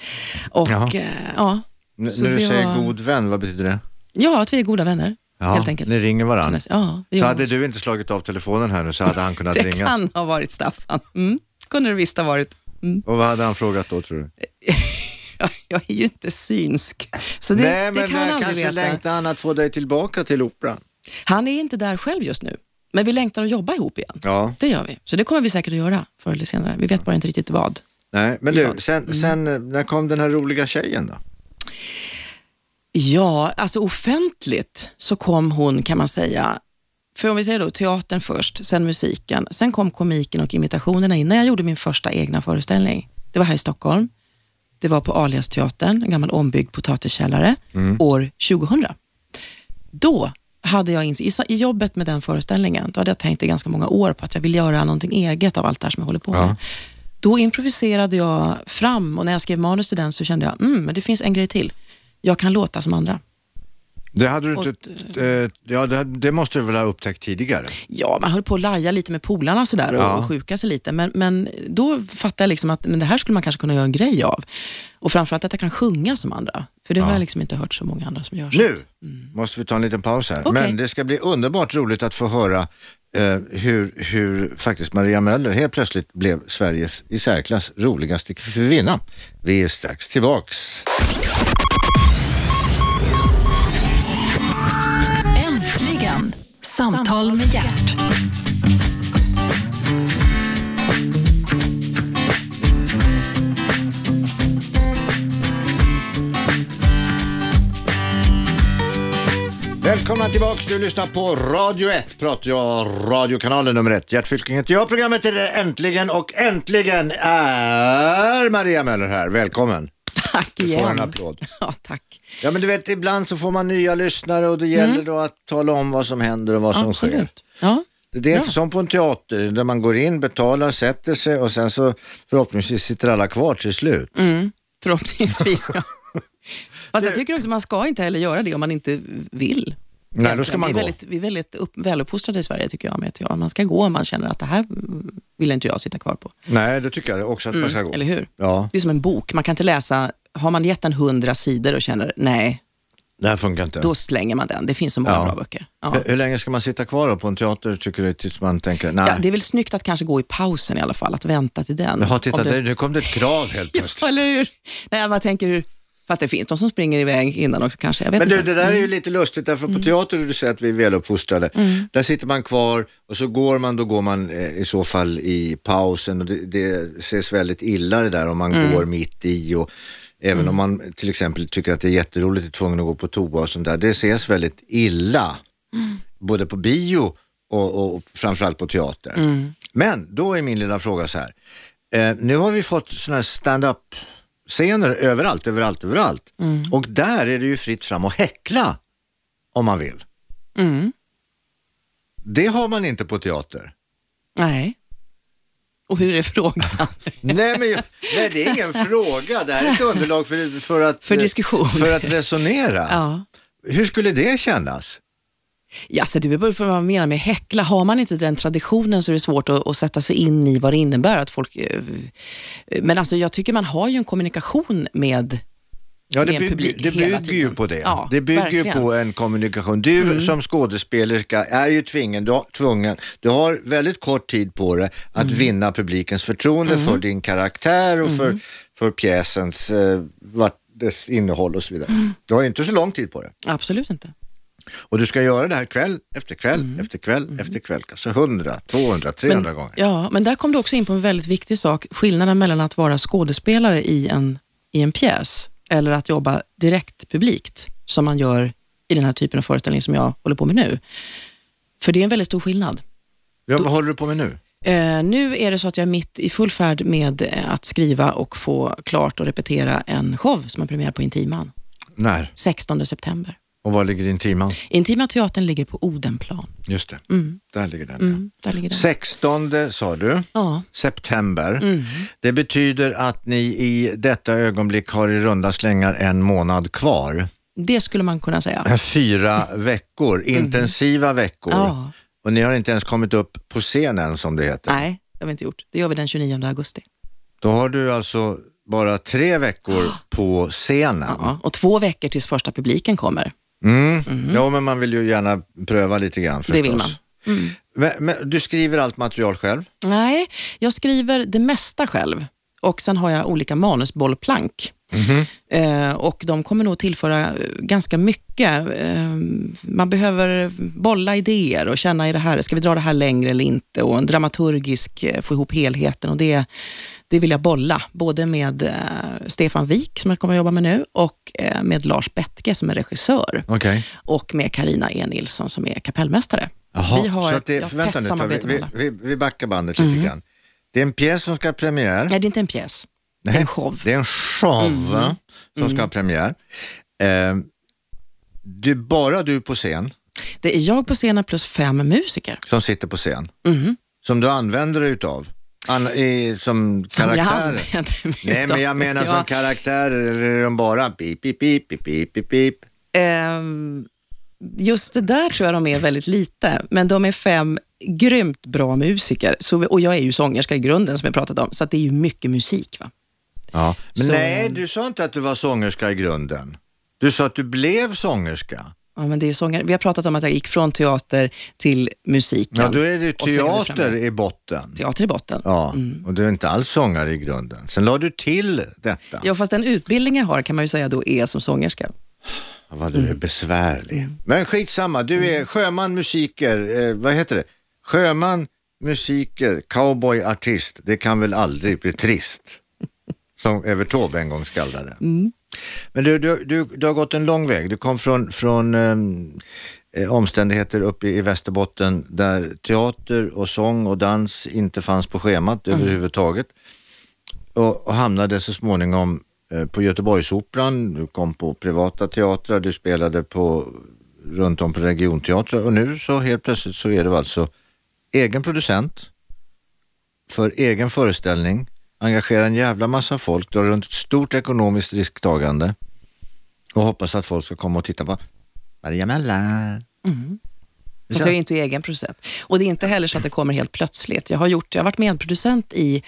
[SPEAKER 3] Och
[SPEAKER 2] Jaha.
[SPEAKER 3] eh, ja,
[SPEAKER 2] N-
[SPEAKER 3] så
[SPEAKER 2] när du
[SPEAKER 3] det
[SPEAKER 2] säger
[SPEAKER 3] var-
[SPEAKER 2] god vän, vad betyder det?
[SPEAKER 3] ja, att vi är goda vänner
[SPEAKER 2] Ja,
[SPEAKER 3] helt enkelt.
[SPEAKER 2] Ni ringer varandra.
[SPEAKER 3] Ja, vi
[SPEAKER 2] Så
[SPEAKER 3] gör
[SPEAKER 2] hade
[SPEAKER 3] så.
[SPEAKER 2] du inte slagit av telefonen här nu så hade han kunnat
[SPEAKER 3] det
[SPEAKER 2] ringa.
[SPEAKER 3] kan ha varit Staffan. Mm. Kunde det visst ha varit. Mm.
[SPEAKER 2] Och vad hade han frågat då tror du?
[SPEAKER 3] Jag, jag är ju inte synsk, så det,
[SPEAKER 2] Nej,
[SPEAKER 3] det
[SPEAKER 2] men
[SPEAKER 3] kan
[SPEAKER 2] eh,
[SPEAKER 3] jag aldrig
[SPEAKER 2] kanske
[SPEAKER 3] veta.
[SPEAKER 2] längtade han att få dig tillbaka till operan.
[SPEAKER 3] Han är inte där själv just nu, men vi längtar att jobba ihop igen.
[SPEAKER 2] Ja,
[SPEAKER 3] Det gör vi, så det kommer vi säkert att göra förr eller senare. Vi vet bara inte riktigt vad.
[SPEAKER 2] nej, men du,
[SPEAKER 3] Ja. Mm.
[SPEAKER 2] sen, sen eh, när kom den här roliga tjejen då?
[SPEAKER 3] Ja, alltså offentligt så kom hon kan man säga, för om vi säger då teatern först, sen musiken, sen kom komiken och imitationerna in när jag gjorde min första egna föreställning. Det var här i Stockholm. Det var på Alias teatern, en gammal ombyggd potatiskällare, år 2000. Då hade jag ins- i sa- i jobbet med den föreställningen, då hade jag tänkt i ganska många år på att jag vill göra någonting eget av allt det här som jag håller på med.
[SPEAKER 2] Ja.
[SPEAKER 3] Då improviserade jag fram och när jag skrev manus till den så kände jag, mm, men det finns en grej till. Jag kan låta som andra.
[SPEAKER 2] Det hade du
[SPEAKER 3] Och-
[SPEAKER 2] inte, eh, ja, det, det måste du väl ha upptäckt tidigare?
[SPEAKER 3] Ja, man höll på att laja lite med polarna och, sådär och,
[SPEAKER 2] Ja.
[SPEAKER 3] och sjuka sig lite. Men, men då fattade jag liksom att men det här skulle man kanske kunna göra en grej av. Och framförallt att jag kan sjunga som andra. För det har jag liksom inte hört så många andra som gör. så
[SPEAKER 2] Nu
[SPEAKER 3] att-
[SPEAKER 2] måste vi ta en liten paus här,
[SPEAKER 3] Mm. Okej.
[SPEAKER 2] men det ska bli underbart roligt att få höra eh, hur, hur faktiskt Maria Möller helt plötsligt blev Sveriges i särklass roligaste kvinna. Vi är strax tillbaks.
[SPEAKER 1] Äntligen! Samtal med hjärt.
[SPEAKER 2] Välkomna tillbaka, du lyssnar på Radio 1, pratar jag, radiokanalen nummer 1. Gert Fylking heter jag, programmet är Äntligen och äntligen är Maria Möller här. Välkommen!
[SPEAKER 3] [LAUGHS] Tack
[SPEAKER 2] Du
[SPEAKER 3] igen.
[SPEAKER 2] får en applåd.
[SPEAKER 3] [LAUGHS] Ja, tack.
[SPEAKER 2] Ja men du vet, ibland så får man nya lyssnare och det gäller då att tala om vad som händer och vad som sker.
[SPEAKER 3] Mm. Absolut. Ja.
[SPEAKER 2] Det är
[SPEAKER 3] Bra.
[SPEAKER 2] inte som på en teater där man går in, betalar, sätter sig och sen så förhoppningsvis sitter alla kvar till slut.
[SPEAKER 3] Mm. Förhoppningsvis. Ja. [LAUGHS] Fast jag tycker också man ska inte heller göra det om man inte vill.
[SPEAKER 2] Nej, då ska man
[SPEAKER 3] vi är
[SPEAKER 2] gå.
[SPEAKER 3] väldigt, vi är väldigt upp, väluppfostrade i Sverige tycker jag med ett ja. Man ska gå om man känner att det här mm, vill inte jag sitta kvar på.
[SPEAKER 2] Nej, det tycker jag också att man ska gå.
[SPEAKER 3] Mm. Eller hur?
[SPEAKER 2] Ja,
[SPEAKER 3] Det är som en bok, man kan inte läsa, har man gett den hundra sidor och känner nej,
[SPEAKER 2] det här funkar inte.
[SPEAKER 3] då slänger man den. Det finns så många
[SPEAKER 2] Ja. Eh,
[SPEAKER 3] bra böcker. Ja.
[SPEAKER 2] Hur, hur länge ska man sitta kvar då på en teater tycker du tills man tänker, nej.
[SPEAKER 3] Ja, det är väl snyggt att kanske gå i pausen i alla fall, att vänta till den.
[SPEAKER 2] Jaha,
[SPEAKER 3] Om
[SPEAKER 2] titta,
[SPEAKER 3] det-
[SPEAKER 2] det... nu kom det ett krav
[SPEAKER 3] [LAUGHS]
[SPEAKER 2] helt plötsligt.
[SPEAKER 3] Eller hur? Nej, man tänker hur... Fast det finns de som springer iväg innan också kanske. Jag vet
[SPEAKER 2] Men du,
[SPEAKER 3] inte. Mm.
[SPEAKER 2] det där är ju lite lustigt därför på teater, du säger att vi är väluppfostrade, där sitter man kvar och så går man, då går man eh, i så fall i pausen och det, det ses väldigt illa det där om man
[SPEAKER 3] Mm.
[SPEAKER 2] går mitt i och även om man till exempel tycker att det är jätteroligt är tvungen att gå på toa och sånt där, det ses väldigt illa.
[SPEAKER 3] Mm.
[SPEAKER 2] Både på bio och, och framförallt på teater.
[SPEAKER 3] Mm.
[SPEAKER 2] Men då är min lilla fråga så här, eh, nu har vi fått sådana här stand-up scener överallt, överallt, överallt.
[SPEAKER 3] Mm.
[SPEAKER 2] Och där är det ju fritt fram att häckla om man vill.
[SPEAKER 3] Mm.
[SPEAKER 2] Det har man inte på teater.
[SPEAKER 3] Nej. Och hur är frågan?
[SPEAKER 2] Nej, men jag, nej, det är ingen fråga. Det här är ett underlag för, för, att,
[SPEAKER 3] För diskussion.
[SPEAKER 2] för att resonera.
[SPEAKER 3] [LAUGHS] ja.
[SPEAKER 2] Hur skulle det kännas?
[SPEAKER 3] Ja, så det beror på vad man menar med häckla. Har man inte den traditionen så är det svårt att, att sätta sig in i vad det innebär att folk... eh, Men alltså jag tycker man har ju en kommunikation med...
[SPEAKER 2] Ja, det,
[SPEAKER 3] Med en
[SPEAKER 2] bygger-
[SPEAKER 3] publik
[SPEAKER 2] det
[SPEAKER 3] hela
[SPEAKER 2] bygger ju
[SPEAKER 3] tiden.
[SPEAKER 2] på det.
[SPEAKER 3] Ja,
[SPEAKER 2] det bygger ju
[SPEAKER 3] verkligen. Mm.
[SPEAKER 2] på en kommunikation. Du som skådespelerska är ju tvingen, du har, tvungen, du har väldigt kort tid på dig att
[SPEAKER 3] Mm.
[SPEAKER 2] vinna publikens förtroende för din karaktär och
[SPEAKER 3] Mm.
[SPEAKER 2] för, för pjäsens eh, vart, dess innehåll och så vidare.
[SPEAKER 3] Mm.
[SPEAKER 2] Du har ju inte så lång tid på det.
[SPEAKER 3] Absolut inte.
[SPEAKER 2] Och du ska göra det här kväll efter kväll
[SPEAKER 3] Mm.
[SPEAKER 2] efter kväll efter kväll. Alltså 100, 200, 300 gånger.
[SPEAKER 3] Ja, men där kom du också in på en väldigt viktig sak. Skillnaden mellan att vara skådespelare i en, i en pjäs eller att jobba direkt publikt som man gör i den här typen av föreställning som jag håller på med nu. För det är en väldigt stor skillnad.
[SPEAKER 2] Ja, vad håller du på med nu?
[SPEAKER 3] Eh, nu är det så att jag är mitt i full färd med eh, att skriva och få klart och repetera en show som har premiär på Intiman.
[SPEAKER 2] När?
[SPEAKER 3] 16 september.
[SPEAKER 2] Och var ligger Intiman?
[SPEAKER 3] Intima teatern ligger på Odenplan.
[SPEAKER 2] Just det,
[SPEAKER 3] Mm,
[SPEAKER 2] där ligger den.
[SPEAKER 3] mm, där ligger den.
[SPEAKER 2] 16 sa du,
[SPEAKER 3] Ja,
[SPEAKER 2] september.
[SPEAKER 3] Mm.
[SPEAKER 2] Det betyder att ni i detta ögonblick har i runda slängar en månad kvar. [CLEARS THROAT]
[SPEAKER 3] det skulle man kunna säga.
[SPEAKER 2] Fyra veckor, intensiva veckor.
[SPEAKER 3] Mm. Ja.
[SPEAKER 2] Och ni har inte ens kommit upp på scenen som det heter.
[SPEAKER 3] Nej, det har vi inte gjort. Det gör vi den 29 augusti.
[SPEAKER 2] Då har du alltså bara tre
[SPEAKER 3] [GASPS]
[SPEAKER 2] veckor på scenen.
[SPEAKER 3] Ja, och två veckor tills första publiken kommer.
[SPEAKER 2] Mm. Ja, men man vill ju gärna pröva lite grann förstås.
[SPEAKER 3] Det vill man. Mm.
[SPEAKER 2] Men, men du skriver allt material själv?
[SPEAKER 3] Nej, jag skriver det mesta själv. Och sen har jag olika manusbollplank.
[SPEAKER 2] Mhm.
[SPEAKER 3] Eh, och de kommer nog tillföra eh, ganska mycket. Eh, man behöver bolla idéer och känna i det här, ska vi dra det här längre eller inte? Och en dramaturgisk, eh, få ihop helheten. Och det, det vill jag bolla, både med eh, Stefan Wik som jag kommer att jobba med nu och eh, med Lars Bettke som är regissör.
[SPEAKER 2] Okej.
[SPEAKER 3] Och med Karina E. Nilsson som är kapellmästare.
[SPEAKER 2] Jaha,
[SPEAKER 3] vi har
[SPEAKER 2] så
[SPEAKER 3] ett
[SPEAKER 2] att det,
[SPEAKER 3] ja,
[SPEAKER 2] vänta
[SPEAKER 3] tätt
[SPEAKER 2] nu, tar vi,
[SPEAKER 3] samarbete med Mm.
[SPEAKER 2] vi,
[SPEAKER 3] varandra.
[SPEAKER 2] vi, vi backar bandet lite grann. Det är en pjäs som ska ha premiär.
[SPEAKER 3] Nej, det är inte en pjäs. Det är en show. Mm.
[SPEAKER 2] Det är en show va, som ska ha premiär. Eh, du, bara du på scen,
[SPEAKER 3] Det är jag på scenen plus fem musiker.
[SPEAKER 2] som sitter på scen,
[SPEAKER 3] Mm-hmm.
[SPEAKER 2] som du använder dig utav, an, i, som
[SPEAKER 3] Som jag
[SPEAKER 2] karaktärer.
[SPEAKER 3] använder mig
[SPEAKER 2] Nej, men
[SPEAKER 3] utav.
[SPEAKER 2] jag menar som
[SPEAKER 3] Ja,
[SPEAKER 2] karaktärer, eller är de bara pip, pip, pip, pip, pip, pip, pip?
[SPEAKER 3] ehm, just det där tror jag de är väldigt lite, men de är fem grymt bra musiker. Så, och jag är ju sångerska i grunden som jag pratat om, så att det är ju mycket musik. Va?
[SPEAKER 2] Ja. Men
[SPEAKER 3] Så-
[SPEAKER 2] nej, du sa inte att du var sångerska i grunden. Du sa att du blev sångerska.
[SPEAKER 3] Ja, men det är ju sånger. Vi har pratat om att jag gick från teater till musiken.
[SPEAKER 2] Ja, då är det
[SPEAKER 3] Och så är det
[SPEAKER 2] teater
[SPEAKER 3] framme.
[SPEAKER 2] i botten.
[SPEAKER 3] Teater i botten. Ja. Mm.
[SPEAKER 2] Ja, och du är inte alls sångare i grunden. Sen la du till detta.
[SPEAKER 3] fast den utbildning jag har kan man ju säga då är som sångerska.
[SPEAKER 2] Vad du är besvärlig. Men skitsamma, du är sjöman, musiker, eh, vad heter det? Sjöman, musiker, cowboy, artist. Det kan väl aldrig bli trist? Som Evert Taube en gång skaldade. Men du, du, du, du har gått en lång väg. Du kom från, från ehm, eh, omständigheter uppe i Västerbotten där teater och sång och dans inte fanns på schemat överhuvudtaget. och, och hamnade så småningom eh, på Göteborgsoperan, du kom på privata teatrar, du spelade på, runt om på regionteatrar och nu så helt plötsligt så är du alltså egen producent för egen föreställning, engagerar en jävla massa folk, drar runt ett stort ekonomiskt risktagande och hoppas att folk ska komma och titta på Maria Mellar.
[SPEAKER 3] Fast jag är inte egen producent. Och det är inte heller så att det kommer helt plötsligt. Jag har, gjort, jag har varit medproducent i...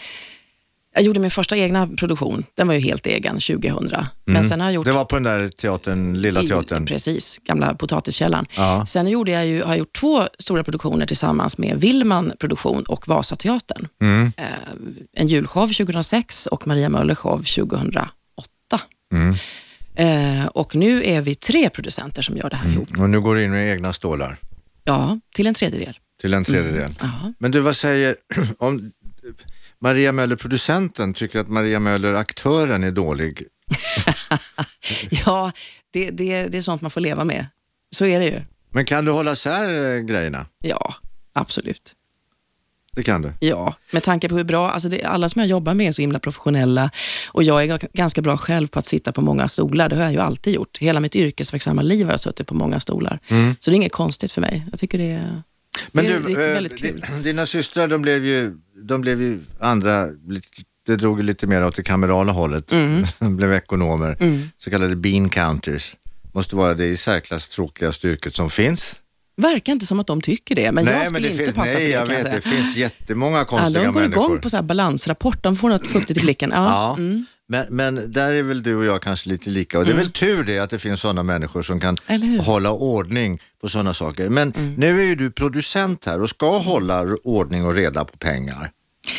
[SPEAKER 3] Jag gjorde min första egna produktion. Den var ju helt egen, 2000. Men sen har jag gjort...
[SPEAKER 2] Mm. Det var på den där teatern, lilla teatern.
[SPEAKER 3] I, precis, gamla potatiskällaren.
[SPEAKER 2] Ja.
[SPEAKER 3] Sen gjorde jag ju, har jag gjort två stora produktioner tillsammans med Willman Produktion och Vasateatern.
[SPEAKER 2] Mm.
[SPEAKER 3] Eh, en julshow 2006 och Maria Möller show 2008.
[SPEAKER 2] Mm.
[SPEAKER 3] Eh, och nu är vi tre producenter som gör det här ihop.
[SPEAKER 2] Och nu går du in med egna stålar.
[SPEAKER 3] Ja, till en tredjedel.
[SPEAKER 2] Till en tredjedel.
[SPEAKER 3] Mm. Ja.
[SPEAKER 2] Men du, vad säger [CLEARS THROAT] om Maria Möller, producenten, tycker att Maria Möller, aktören, är dålig?
[SPEAKER 3] [LAUGHS] Ja, det, det, det är sånt man får leva med. Så är det ju.
[SPEAKER 2] Men kan du hålla isär eh, grejerna?
[SPEAKER 3] Ja, absolut.
[SPEAKER 2] Det kan du.
[SPEAKER 3] Ja, med tanke på hur bra, alltså det, alla som jag jobbar med är så himla professionella och jag är g- ganska bra själv på att sitta på många stolar. Det har jag ju alltid gjort. Hela mitt yrkesverksamma liv har jag suttit på många stolar. Så det är inget konstigt för mig. Jag tycker det är,
[SPEAKER 2] Mm. Men
[SPEAKER 3] det, är-
[SPEAKER 2] du,
[SPEAKER 3] det är
[SPEAKER 2] eh,
[SPEAKER 3] väldigt kul.
[SPEAKER 2] di- [CLEARS THROAT] Dina systrar, de blev ju, de blev ju andra, lite- det drog ju lite mer åt det kamerala hållet.
[SPEAKER 3] Mm.
[SPEAKER 2] [LAUGHS] De blev ekonomer, så kallade bean counters. Måste vara det i särklass tråkigaste yrket som finns.
[SPEAKER 3] Verkar inte som att de tycker det, men jag skulle
[SPEAKER 2] det
[SPEAKER 3] inte
[SPEAKER 2] finns,
[SPEAKER 3] passa
[SPEAKER 2] nej,
[SPEAKER 3] för det
[SPEAKER 2] jag
[SPEAKER 3] kan
[SPEAKER 2] vet,
[SPEAKER 3] jag säga.
[SPEAKER 2] det finns jättemånga
[SPEAKER 3] Ja,
[SPEAKER 2] konstiga
[SPEAKER 3] de går
[SPEAKER 2] människor.
[SPEAKER 3] igång på så här balansrapport, de får något fuktigt i blicken. Ja, Mm.
[SPEAKER 2] Ja, men, men där är väl du och jag kanske lite lika och det är väl tur det att det finns sådana människor som kan
[SPEAKER 3] Eller hur? Mm.
[SPEAKER 2] hålla ordning på sådana saker. Men nu är ju du producent här och ska hålla r- ordning och reda på pengar.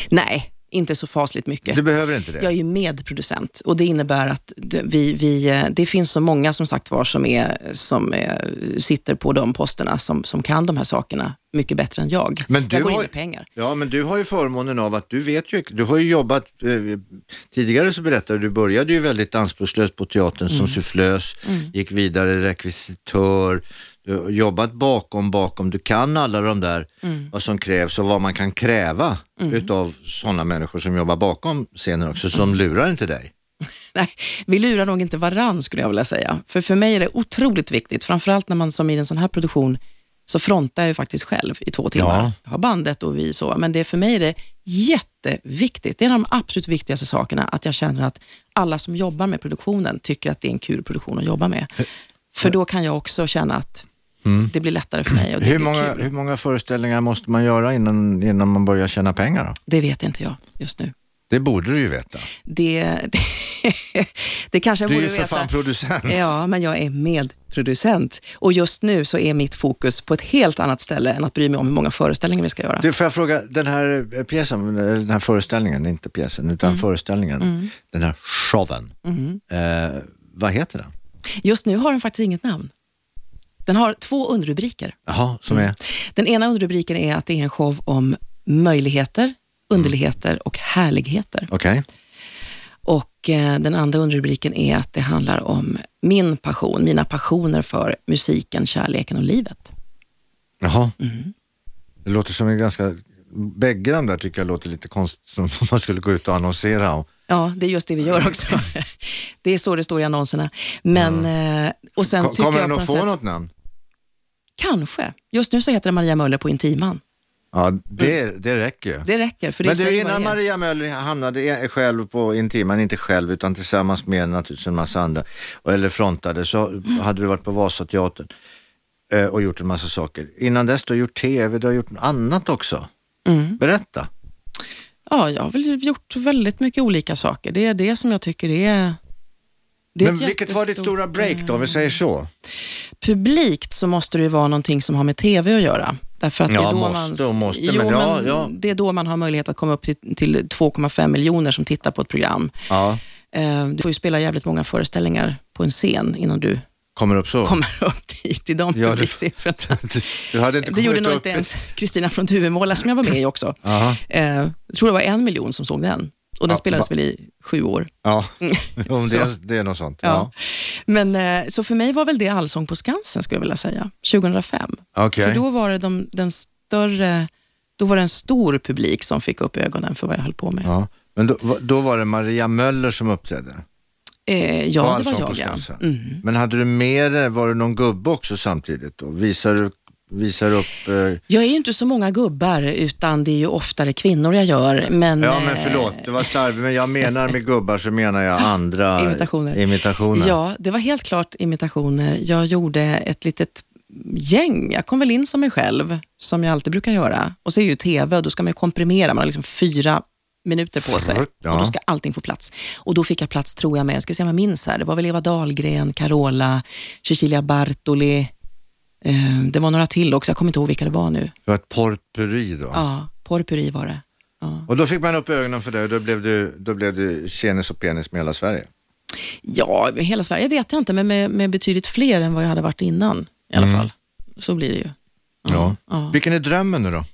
[SPEAKER 3] Nej, inte så fasligt mycket.
[SPEAKER 2] Du behöver inte det.
[SPEAKER 3] Jag är ju medproducent och det innebär att d- vi, vi, eh, det finns så många som sagt var som, är, som är, sitter på de posterna som, som kan de här sakerna mycket bättre än jag.
[SPEAKER 2] Men du
[SPEAKER 3] jag går in
[SPEAKER 2] har-
[SPEAKER 3] med pengar.
[SPEAKER 2] Ja, men du har ju förmånen av att du vet ju, du har ju jobbat, eh, tidigare så berättade du, du började ju väldigt anspråkslöst på teatern
[SPEAKER 3] Mm.
[SPEAKER 2] som sufflös, gick vidare rekvisitör, du har jobbat bakom, bakom, du kan alla de där,
[SPEAKER 3] Mm.
[SPEAKER 2] vad som krävs och vad man kan
[SPEAKER 3] Mm.
[SPEAKER 2] kräva utav sådana människor som jobbar bakom scenen också, som lurar inte dig.
[SPEAKER 3] [LAUGHS] Nej, vi lurar nog inte varann skulle jag vilja säga. För för mig är det otroligt viktigt, framförallt när man som i en sån här produktion så frontar jag ju faktiskt själv i två timmar.
[SPEAKER 2] Ja.
[SPEAKER 3] Jag har bandet och vi så, men det är för mig är det jätteviktigt. Det är en av de absolut viktigaste sakerna, att jag känner att alla som jobbar med produktionen tycker att det är en kul produktion att jobba med. För då kan jag också känna att det blir lättare för mig och det
[SPEAKER 2] Mm. Hur
[SPEAKER 3] blir
[SPEAKER 2] många,
[SPEAKER 3] kul.
[SPEAKER 2] hur många föreställningar måste man göra innan, innan man börjar tjäna pengar? Då?
[SPEAKER 3] Det vet inte jag just nu.
[SPEAKER 2] Det borde du ju veta.
[SPEAKER 3] Det, [LAUGHS] det, det kanske jag
[SPEAKER 2] Du är
[SPEAKER 3] borde
[SPEAKER 2] ju för
[SPEAKER 3] veta.
[SPEAKER 2] fan producent.
[SPEAKER 3] Ja, men jag är medproducent. Och just nu så är mitt fokus på ett helt annat ställe än att bry mig om hur många föreställningar vi ska göra.
[SPEAKER 2] Du, får jag fråga, den här eh, pjäsen, eller den här föreställningen, inte pjäsen, utan
[SPEAKER 3] Mm.
[SPEAKER 2] föreställningen, den här showen, eh, vad heter den?
[SPEAKER 3] Just nu har den faktiskt inget namn. Den har två underrubriker.
[SPEAKER 2] Jaha, som
[SPEAKER 3] Mm.
[SPEAKER 2] är?
[SPEAKER 3] Den ena underrubriken är att det är en show om möjligheter, underligheter och härligheter.
[SPEAKER 2] Okej.
[SPEAKER 3] Och eh, den andra underrubriken är att det handlar om min passion, mina passioner för musiken, kärleken och livet.
[SPEAKER 2] Jaha.
[SPEAKER 3] Mm.
[SPEAKER 2] Det låter som en ganska, bägge de där tycker jag låter lite konstigt, som [LAUGHS] om man skulle gå ut och annonsera. Och,
[SPEAKER 3] Ja, det är just det vi
[SPEAKER 2] [LAUGHS]
[SPEAKER 3] gör också. det är så det står i annonserna. Men, eh, och sen
[SPEAKER 2] Ko-
[SPEAKER 3] tycker
[SPEAKER 2] kommer
[SPEAKER 3] jag
[SPEAKER 2] den
[SPEAKER 3] på
[SPEAKER 2] att
[SPEAKER 3] något
[SPEAKER 2] få
[SPEAKER 3] sätt,
[SPEAKER 2] något namn?
[SPEAKER 3] Kanske. Just nu så heter det Maria Möller på Intiman.
[SPEAKER 2] Ja, det,
[SPEAKER 3] Mm.
[SPEAKER 2] det räcker ju.
[SPEAKER 3] Det räcker, för det
[SPEAKER 2] Men
[SPEAKER 3] säger
[SPEAKER 2] du,
[SPEAKER 3] vad
[SPEAKER 2] innan
[SPEAKER 3] det är.
[SPEAKER 2] Maria Möller hamnade e- själv på Intiman, inte själv utan tillsammans med naturligtvis en massa andra, eller frontade, så hade du varit på Vasateatern eh, och gjort en massa saker. Innan dess du har gjort tv, du har gjort något annat också.
[SPEAKER 3] Mm.
[SPEAKER 2] Berätta.
[SPEAKER 3] Ja, jag har väl gjort väldigt mycket olika saker. Det är det som jag tycker är... det är
[SPEAKER 2] Men
[SPEAKER 3] ett
[SPEAKER 2] vilket var ditt
[SPEAKER 3] jättestort,
[SPEAKER 2] stora break då, om vi säger så?
[SPEAKER 3] Publikt så måste det ju vara någonting som har med TV att göra. Därför att det
[SPEAKER 2] Ja,
[SPEAKER 3] är då
[SPEAKER 2] måste
[SPEAKER 3] man,
[SPEAKER 2] och måste,
[SPEAKER 3] jo,
[SPEAKER 2] men ja, ja.
[SPEAKER 3] Det är då man har möjlighet att komma upp till, till 2,5 miljoner som tittar på ett program.
[SPEAKER 2] Ja,
[SPEAKER 3] Eh, Du får ju spela jävligt många föreställningar på en scen innan du
[SPEAKER 2] kommer upp så.
[SPEAKER 3] kommer [LAUGHS] upp dit i de
[SPEAKER 2] Ja, det-
[SPEAKER 3] publiksiffrorna.
[SPEAKER 2] Du, du hade inte
[SPEAKER 3] Det gjorde
[SPEAKER 2] kommit
[SPEAKER 3] nog
[SPEAKER 2] upp
[SPEAKER 3] inte
[SPEAKER 2] i-
[SPEAKER 3] ens Kristina från Duvemåla som jag var med i också.
[SPEAKER 2] Jaha.
[SPEAKER 3] Eh, jag tror det var en miljon som såg den. Och den
[SPEAKER 2] Ja,
[SPEAKER 3] spelades väl i sju år. [LAUGHS]
[SPEAKER 2] Ja, om
[SPEAKER 3] Så.
[SPEAKER 2] det, det är något sånt.
[SPEAKER 3] Ja.
[SPEAKER 2] Ja.
[SPEAKER 3] Men, eh, så för mig var väl det Allsång på Skansen, skulle jag vilja säga, 2005.
[SPEAKER 2] Okej.
[SPEAKER 3] För då var det de, den större, då var det en stor publik som fick upp ögonen för vad jag höll på med. Ja,
[SPEAKER 2] Ja. Men då, då var det Maria Möller som uppträdde?
[SPEAKER 3] eh,
[SPEAKER 2] På
[SPEAKER 3] ja det var
[SPEAKER 2] Allsång på
[SPEAKER 3] jag. Ja.
[SPEAKER 2] Skansen.
[SPEAKER 3] Mm.
[SPEAKER 2] Men hade du med dig, var det någon gubbe också samtidigt då? Visar du, visar upp... Eh,
[SPEAKER 3] Jag är ju inte så många gubbar, utan det är ju oftare kvinnor jag gör. Men,
[SPEAKER 2] ja men
[SPEAKER 3] eh,
[SPEAKER 2] förlåt, det var slarvigt, men jag menar med gubbar så menar
[SPEAKER 3] [LAUGHS]
[SPEAKER 2] jag andra
[SPEAKER 3] Imitationer.
[SPEAKER 2] imitationer.
[SPEAKER 3] Ja, det var helt klart imitationer. Jag gjorde ett litet gäng. Jag kom väl in som mig själv, som jag alltid brukar göra. Och så är det ju tv och då ska man ju komprimera. Man har liksom fyra minuter på sig
[SPEAKER 2] Ja.
[SPEAKER 3] och då ska allting få plats. Och då fick jag plats, tror jag, med, jag ska se om jag minns här, det var väl Eva Dahlgren, Carola, Cecilia Bartoli, eh, det var några till också, jag kommer inte ihåg vilka det var nu.
[SPEAKER 2] Det var ett portpurri då.
[SPEAKER 3] Ja, Porpuri var det. Ja.
[SPEAKER 2] Och då fick man upp ögonen för det och då blev du, då blev du tjenis och penis med hela Sverige.
[SPEAKER 3] Ja, med hela Sverige vet jag inte, men med, med betydligt fler än vad jag hade varit innan i alla
[SPEAKER 2] Mm.
[SPEAKER 3] fall. Så blir det ju.
[SPEAKER 2] Ja.
[SPEAKER 3] ja.
[SPEAKER 2] Vilken är drömmen nu då?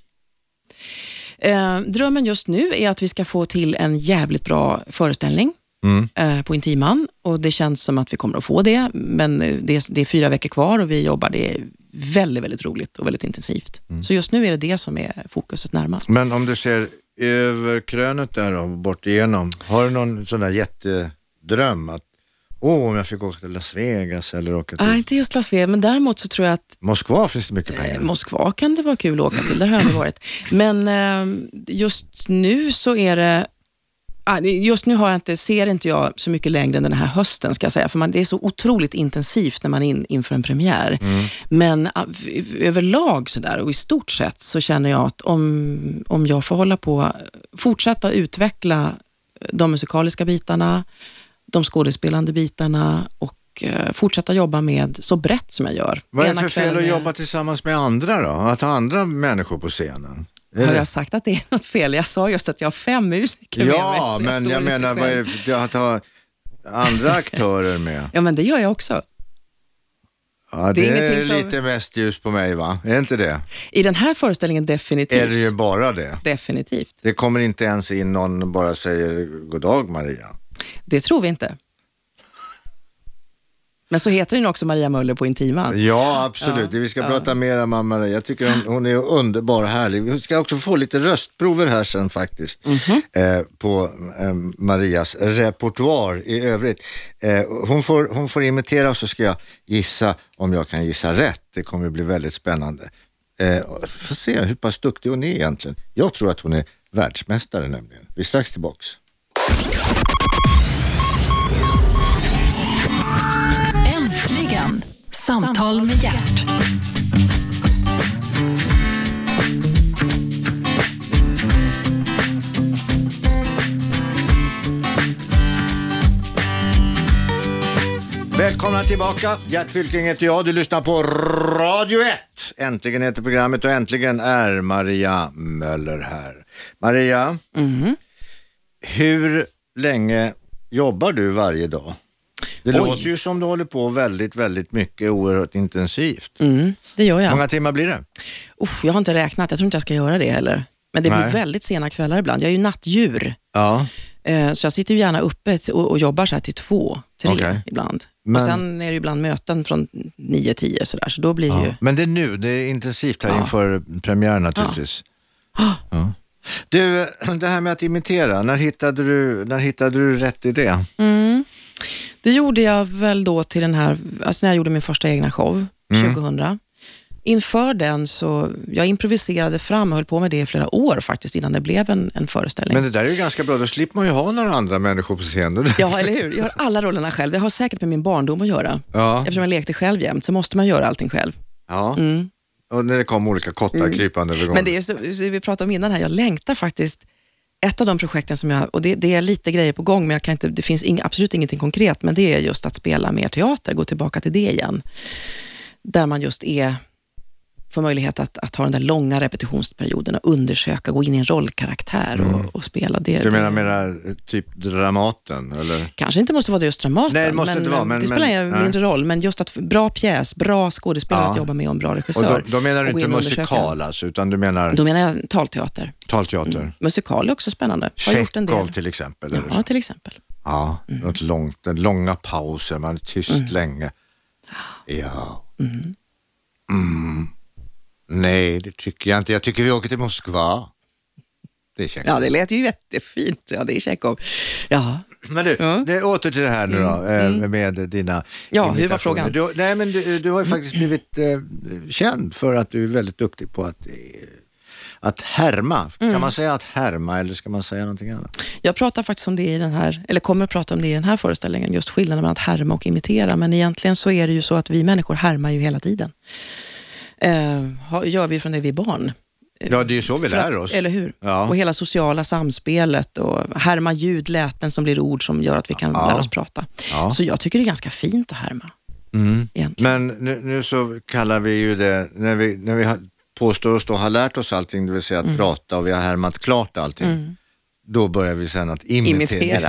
[SPEAKER 3] Eh, drömmen just nu är att vi ska få till en jävligt bra föreställning
[SPEAKER 2] Mm.
[SPEAKER 3] eh, på Intiman och det känns som att vi kommer att få det. Men eh, det är, det är fyra veckor kvar och vi jobbar. Det är väldigt, väldigt roligt och väldigt intensivt. Så just nu är det det som är fokuset närmast.
[SPEAKER 2] Men om du ser över krönet där och bort igenom, har du någon sån där jättedröm att åh, om jag fick åka till Las Vegas eller åka till
[SPEAKER 3] Nej, inte just Las Vegas, men däremot så tror jag att
[SPEAKER 2] Moskva finns det mycket pengar.
[SPEAKER 3] Eh, Moskva kan det vara kul att åka till, där har jag aldrig varit. Men eh, just nu så är det ah, det- Just nu har jag inte, ser inte jag så mycket längre än den här hösten, ska jag säga. För man, det är så otroligt intensivt när man är in, inför en premiär.
[SPEAKER 2] Mm.
[SPEAKER 3] Men ah, v- överlag sådär och i stort sett så känner jag att om, om jag får hålla på, fortsätta utveckla eh, de musikaliska bitarna, de skådespelande bitarna och eh, fortsätta jobba med så brett som jag gör.
[SPEAKER 2] Vad är det
[SPEAKER 3] Ena
[SPEAKER 2] för fel
[SPEAKER 3] kvällen
[SPEAKER 2] att
[SPEAKER 3] är-
[SPEAKER 2] jobba tillsammans med andra då? Att ha andra människor på scenen? Är
[SPEAKER 3] Har
[SPEAKER 2] det-
[SPEAKER 3] jag sagt att det är något fel? Jag sa just att jag har fem musiker med mig.
[SPEAKER 2] ja,
[SPEAKER 3] så
[SPEAKER 2] men
[SPEAKER 3] står
[SPEAKER 2] jag
[SPEAKER 3] lite
[SPEAKER 2] menar vad är det
[SPEAKER 3] själv.
[SPEAKER 2] för- att ha andra aktörer med?
[SPEAKER 3] Ja, men det gör jag också.
[SPEAKER 2] Ja,
[SPEAKER 3] [LAUGHS] Det
[SPEAKER 2] det
[SPEAKER 3] är
[SPEAKER 2] är,
[SPEAKER 3] ingenting som-
[SPEAKER 2] lite mest ljus på mig va? Är det inte det?
[SPEAKER 3] I den här föreställningen definitivt.
[SPEAKER 2] Är det ju bara det?
[SPEAKER 3] Definitivt.
[SPEAKER 2] Det kommer inte ens in någon och bara säger god dag Maria.
[SPEAKER 3] Det tror vi inte. Men så heter den också Maria Möller på Intiman.
[SPEAKER 2] Ja, absolut. Vi ska prata mer om mamma Maria. Jag tycker hon, hon är underbar och härlig. Vi ska också få lite röstprover här sen faktiskt. Eh, på eh, Marias repertoar i övrigt. Eh, hon, får, hon får imitera och så ska jag gissa om jag kan gissa rätt. Det kommer bli väldigt spännande. Eh, får se hur pass duktig hon är egentligen. Jag tror att hon är världsmästare nämligen. Vi är strax tillbaks.
[SPEAKER 1] Äntligen! Samtal med hjärt.
[SPEAKER 2] Välkomna tillbaka. Gert Fylking heter jag. Du lyssnar på Radio 1. Äntligen heter programmet och äntligen är Maria Möller här. Maria, hur länge jobbar du varje dag? Det låter ju som du håller på väldigt, väldigt mycket, oerhört intensivt.
[SPEAKER 3] Mm, det gör jag.
[SPEAKER 2] Många timmar blir det?
[SPEAKER 3] Usch, jag har inte räknat, jag tror inte jag ska göra det heller. Men det
[SPEAKER 2] Nej.
[SPEAKER 3] blir väldigt sena kvällar ibland. Jag är ju nattdjur,
[SPEAKER 2] Ja.
[SPEAKER 3] eh, så jag sitter ju gärna uppe t- och, och jobbar så här till två, tre
[SPEAKER 2] Okej.
[SPEAKER 3] ibland.
[SPEAKER 2] Men-
[SPEAKER 3] Och sen är det ju ibland möten från nio, tio sådär, så då blir det ju...
[SPEAKER 2] Men det är nu, det är intensivt här inför premiären naturligtvis. Ja. Du, [CLEARS THROAT] det här med att imitera, när hittade du, när hittade du rätt i det?
[SPEAKER 3] Det gjorde jag väl då till den här, alltså när jag gjorde min första egna show,
[SPEAKER 2] Mm.
[SPEAKER 3] 2000. Inför den så, jag improviserade fram och höll på med det i flera år faktiskt innan det blev en, en föreställning.
[SPEAKER 2] Men det där är ju ganska bra, då slipper man ju ha några andra människor på scenen.
[SPEAKER 3] Ja, eller hur? Jag har alla rollerna själv. Det har säkert med min barndom att göra.
[SPEAKER 2] Ja.
[SPEAKER 3] Eftersom jag lekte själv jämt så måste man göra allting själv.
[SPEAKER 2] Ja. Och när det kom olika kottar krypande över
[SPEAKER 3] Mm.
[SPEAKER 2] gången.
[SPEAKER 3] Men det är ju så, så vi pratade om innan här, jag längtar faktiskt ett av de projekten som jag, och det, det är lite grejer på gång, men jag kan inte, det finns ing, absolut ingenting konkret, men det är just att spela mer teater, gå tillbaka till det igen. Där man just är, får möjlighet att, att ha den där långa repetitionsperioden och undersöka, gå in i en rollkaraktär och, och spela det.
[SPEAKER 2] Mm. Du menar mera eh, typ Dramaten eller?
[SPEAKER 3] Kanske inte måste vara just Dramaten,
[SPEAKER 2] Nej, det måste
[SPEAKER 3] men,
[SPEAKER 2] inte vara, men-
[SPEAKER 3] det spelar
[SPEAKER 2] men-
[SPEAKER 3] en
[SPEAKER 2] nej.
[SPEAKER 3] mindre roll. Men just att bra pjäs, bra skådespelare
[SPEAKER 2] Ja.
[SPEAKER 3] att jobba med och en bra
[SPEAKER 2] Och
[SPEAKER 3] regissör.
[SPEAKER 2] då, då menar du
[SPEAKER 3] och gå
[SPEAKER 2] inte
[SPEAKER 3] in och undersöka.
[SPEAKER 2] musikal alltså, utan du menar
[SPEAKER 3] Alltså, Då menar jag talteater.
[SPEAKER 2] talteater?
[SPEAKER 3] Musikal är också spännande. Har gjort en
[SPEAKER 2] Tjechov
[SPEAKER 3] del.
[SPEAKER 2] till exempel? Eller
[SPEAKER 3] Ja, Mm.
[SPEAKER 2] så.
[SPEAKER 3] till exempel.
[SPEAKER 2] ja något långt, den långa pauser, man är tyst
[SPEAKER 3] Mm.
[SPEAKER 2] länge. Ja. Mm. Nej, det tycker jag inte. Jag tycker vi åker till Moskva. Det är käckt.
[SPEAKER 3] Ja, det lät ju jättefint. Ja, det är Tjechov. Ja.
[SPEAKER 2] Men du,
[SPEAKER 3] Ja. Mm.
[SPEAKER 2] det, åter till det här nu då, eh, med dina
[SPEAKER 3] Ja, hur var
[SPEAKER 2] imitationer.
[SPEAKER 3] frågan? Mm.
[SPEAKER 2] Du, nej, men du, du har ju faktiskt blivit eh, känd för att du är väldigt duktig på att, eh, att härma.
[SPEAKER 3] Mm.
[SPEAKER 2] Kan man säga att härma eller ska man säga någonting annat?
[SPEAKER 3] Jag pratar faktiskt om det i den här, eller kommer att prata om det i den här föreställningen, just skillnaden mellan att härma och imitera. Men egentligen så är det ju så att vi människor härmar ju hela tiden. Eh, har- gör vi från det vi är barn.
[SPEAKER 2] Ja, det är ju så vi
[SPEAKER 3] För
[SPEAKER 2] lär
[SPEAKER 3] att-
[SPEAKER 2] oss.
[SPEAKER 3] Eller hur?
[SPEAKER 2] Ja.
[SPEAKER 3] Och hela sociala samspelet och härma ljud, läten som blir ord som gör att vi kan
[SPEAKER 2] Ja.
[SPEAKER 3] lära oss prata.
[SPEAKER 2] Ja.
[SPEAKER 3] Så jag tycker det är ganska fint att härma. Egentligen.
[SPEAKER 2] Men nu, nu så kallar vi ju det, när vi, när vi har- påstår oss då ha lärt oss allting, det vill säga att
[SPEAKER 3] Mm.
[SPEAKER 2] prata och vi har härmat klart allting, då börjar vi sen att imitera.
[SPEAKER 3] Imitera.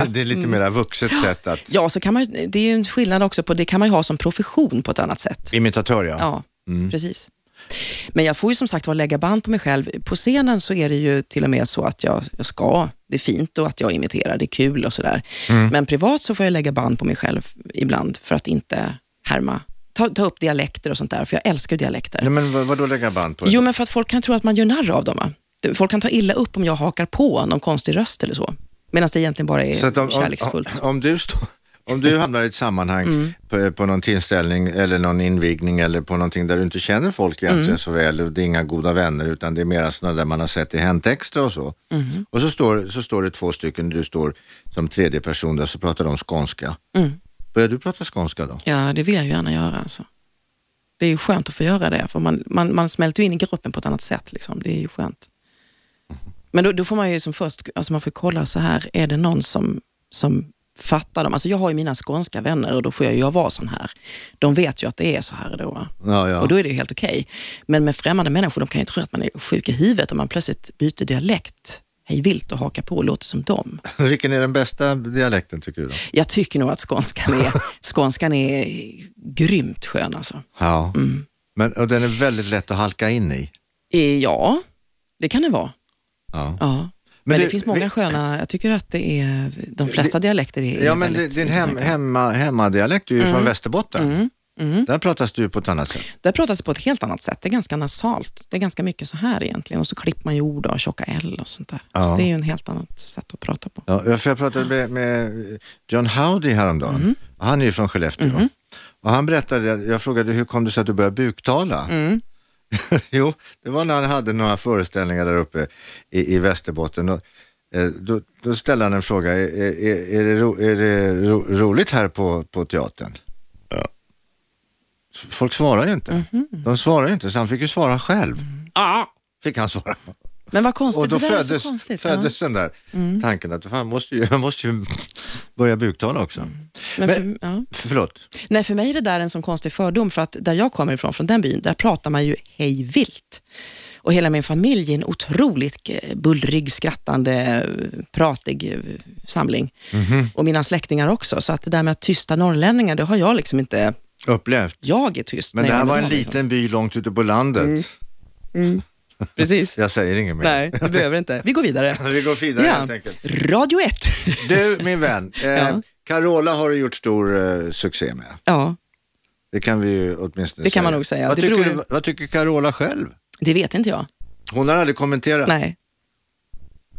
[SPEAKER 2] [LAUGHS]
[SPEAKER 3] Mm.
[SPEAKER 2] Det, det är lite mera vuxet sätt att...
[SPEAKER 3] Ja, så kan man, ju- det är ju en skillnad också på, det kan man ju ha som profession på ett annat sätt.
[SPEAKER 2] Imitatör
[SPEAKER 3] Ja,
[SPEAKER 2] Mm.
[SPEAKER 3] precis. Men jag får ju som sagt var lägga band på mig själv. På scenen så är det ju till och med så att jag, jag ska, det är fint och att jag imiterar, det är kul och sådär.
[SPEAKER 2] Mm.
[SPEAKER 3] Men privat så får jag lägga band på mig själv ibland för att inte härma, ta, ta upp dialekter och sånt där, för jag älskar ju dialekter.
[SPEAKER 2] Nej, men vad, vadå lägga band på?
[SPEAKER 3] Jo, men för att folk kan tro att man gör narr av dem. Va? Det- Folk kan ta illa upp om jag hakar på någon konstig röst eller så. Medan det egentligen bara är
[SPEAKER 2] Så att om, om,
[SPEAKER 3] kärleksfullt. Mm.
[SPEAKER 2] om, du stå, om du hamnar i ett sammanhang på, på någon tillställning eller någon invigning eller på någonting där du inte känner folk egentligen
[SPEAKER 3] Mm.
[SPEAKER 2] så väl och det är inga goda vänner utan det är mera sådana där man har sett i Hänt Extra och så.
[SPEAKER 3] Mm.
[SPEAKER 2] Och så står, så står det två stycken, du står som tredje person där så pratar de skånska.
[SPEAKER 3] Mm.
[SPEAKER 2] Börjar du prata skånska då?
[SPEAKER 3] Ja, det vill jag ju gärna göra. Alltså. Det är ju skönt att få göra det, för man, man, man smälter ju in i gruppen på ett annat sätt. Liksom. Det är ju skönt. Men då, då får man ju som först, alltså man får kolla så här, är det någon som, som fattar dem? Alltså jag har ju mina skånska vänner och då får jag ju vara sån här. De vet ju att det är så här då. va?
[SPEAKER 2] Ja, ja.
[SPEAKER 3] Och då är det ju helt okej. Men med främmande människor, de kan ju tro att man är sjuk i huvudet om man plötsligt byter dialekt hej vilt och hakar på och låter som dem.
[SPEAKER 2] [LAUGHS] Vilken är den bästa dialekten tycker du? Då?
[SPEAKER 3] Jag tycker nog att skånskan är, skånskan är grymt skön alltså.
[SPEAKER 2] Ja. Men, och den är väldigt lätt att halka in i.
[SPEAKER 3] Eh, Ja, det kan det vara.
[SPEAKER 2] Ja.
[SPEAKER 3] Ja. Men, det,
[SPEAKER 2] du,
[SPEAKER 3] finns många
[SPEAKER 2] vi-
[SPEAKER 3] sköna, jag tycker att det är, de flesta dialekter är, är
[SPEAKER 2] Ja, men
[SPEAKER 3] väldigt
[SPEAKER 2] din hem,
[SPEAKER 3] intressanta.
[SPEAKER 2] hemma, hemmadialekt är ju från Västerbotten. Där pratas det ju på ett annat sätt.
[SPEAKER 3] Där pratas det på ett helt annat sätt. Det är ganska nasalt. Det är ganska mycket så här egentligen. Och så klipper man ju ord och tjocka L och sånt där.
[SPEAKER 2] Ja.
[SPEAKER 3] Så det är ju en helt annat sätt att prata på.
[SPEAKER 2] Ja, för jag pratade med, med John Howdy häromdagen. Han är ju från Skellefteå. Och han berättade, jag frågade hur kom det sig att du började buktala? [LAUGHS] jo, det var när han hade några föreställningar där uppe i, i Västerbotten. Och, eh, då, då ställde han en fråga, är, är, är det, ro, är det ro, roligt här på, på teatern? S- Folk svarar ju inte. De svarar ju inte, så han fick ju svara själv. Fick han svara.
[SPEAKER 3] Men vad konstigt,
[SPEAKER 2] Och då
[SPEAKER 3] det där är
[SPEAKER 2] föddes,
[SPEAKER 3] så konstigt. Mm.
[SPEAKER 2] föddes den där tanken att fan, måste ju, [LAUGHS] jag måste ju börja buktala också.
[SPEAKER 3] Ja. Mm. Men
[SPEAKER 2] Men-
[SPEAKER 3] för, ja.
[SPEAKER 2] Förlåt.
[SPEAKER 3] Nej, för mig är det där en sån konstig fördom, för att där jag kommer ifrån, från den byn, där pratar man ju hej vilt. Och hela min familj är en otroligt eh, bullrig, skrattande, eh, pratig eh, samling.
[SPEAKER 2] Mhm.
[SPEAKER 3] Och mina släktingar också, så att det där med att tysta norrlänningar, det har jag liksom inte,
[SPEAKER 2] Upplevt.
[SPEAKER 3] jag är tyst.
[SPEAKER 2] Men
[SPEAKER 3] när
[SPEAKER 2] det
[SPEAKER 3] jag
[SPEAKER 2] här
[SPEAKER 3] är
[SPEAKER 2] var
[SPEAKER 3] med
[SPEAKER 2] en
[SPEAKER 3] dem,
[SPEAKER 2] liten by långt ute på landet.
[SPEAKER 3] Liksom. Precis.
[SPEAKER 2] Jag säger inget mer.
[SPEAKER 3] Mm. Nej, du behöver inte. Vi går vidare.
[SPEAKER 2] [LAUGHS] Vi går vidare helt enkelt.
[SPEAKER 3] Radio 1.
[SPEAKER 2] Du, min
[SPEAKER 3] [LAUGHS]
[SPEAKER 2] vän. Eh,
[SPEAKER 3] Ja.
[SPEAKER 2] Carola har du gjort stor eh, succé med.
[SPEAKER 3] [LAUGHS] ja,
[SPEAKER 2] Det kan vi ju åtminstone
[SPEAKER 3] Det kan
[SPEAKER 2] säga.
[SPEAKER 3] man nog säga.
[SPEAKER 2] Vad,
[SPEAKER 3] Det
[SPEAKER 2] tycker,
[SPEAKER 3] beror-
[SPEAKER 2] du- vad tycker Carola själv?
[SPEAKER 3] det vet inte jag.
[SPEAKER 2] Hon har aldrig kommenterat.
[SPEAKER 3] Nej.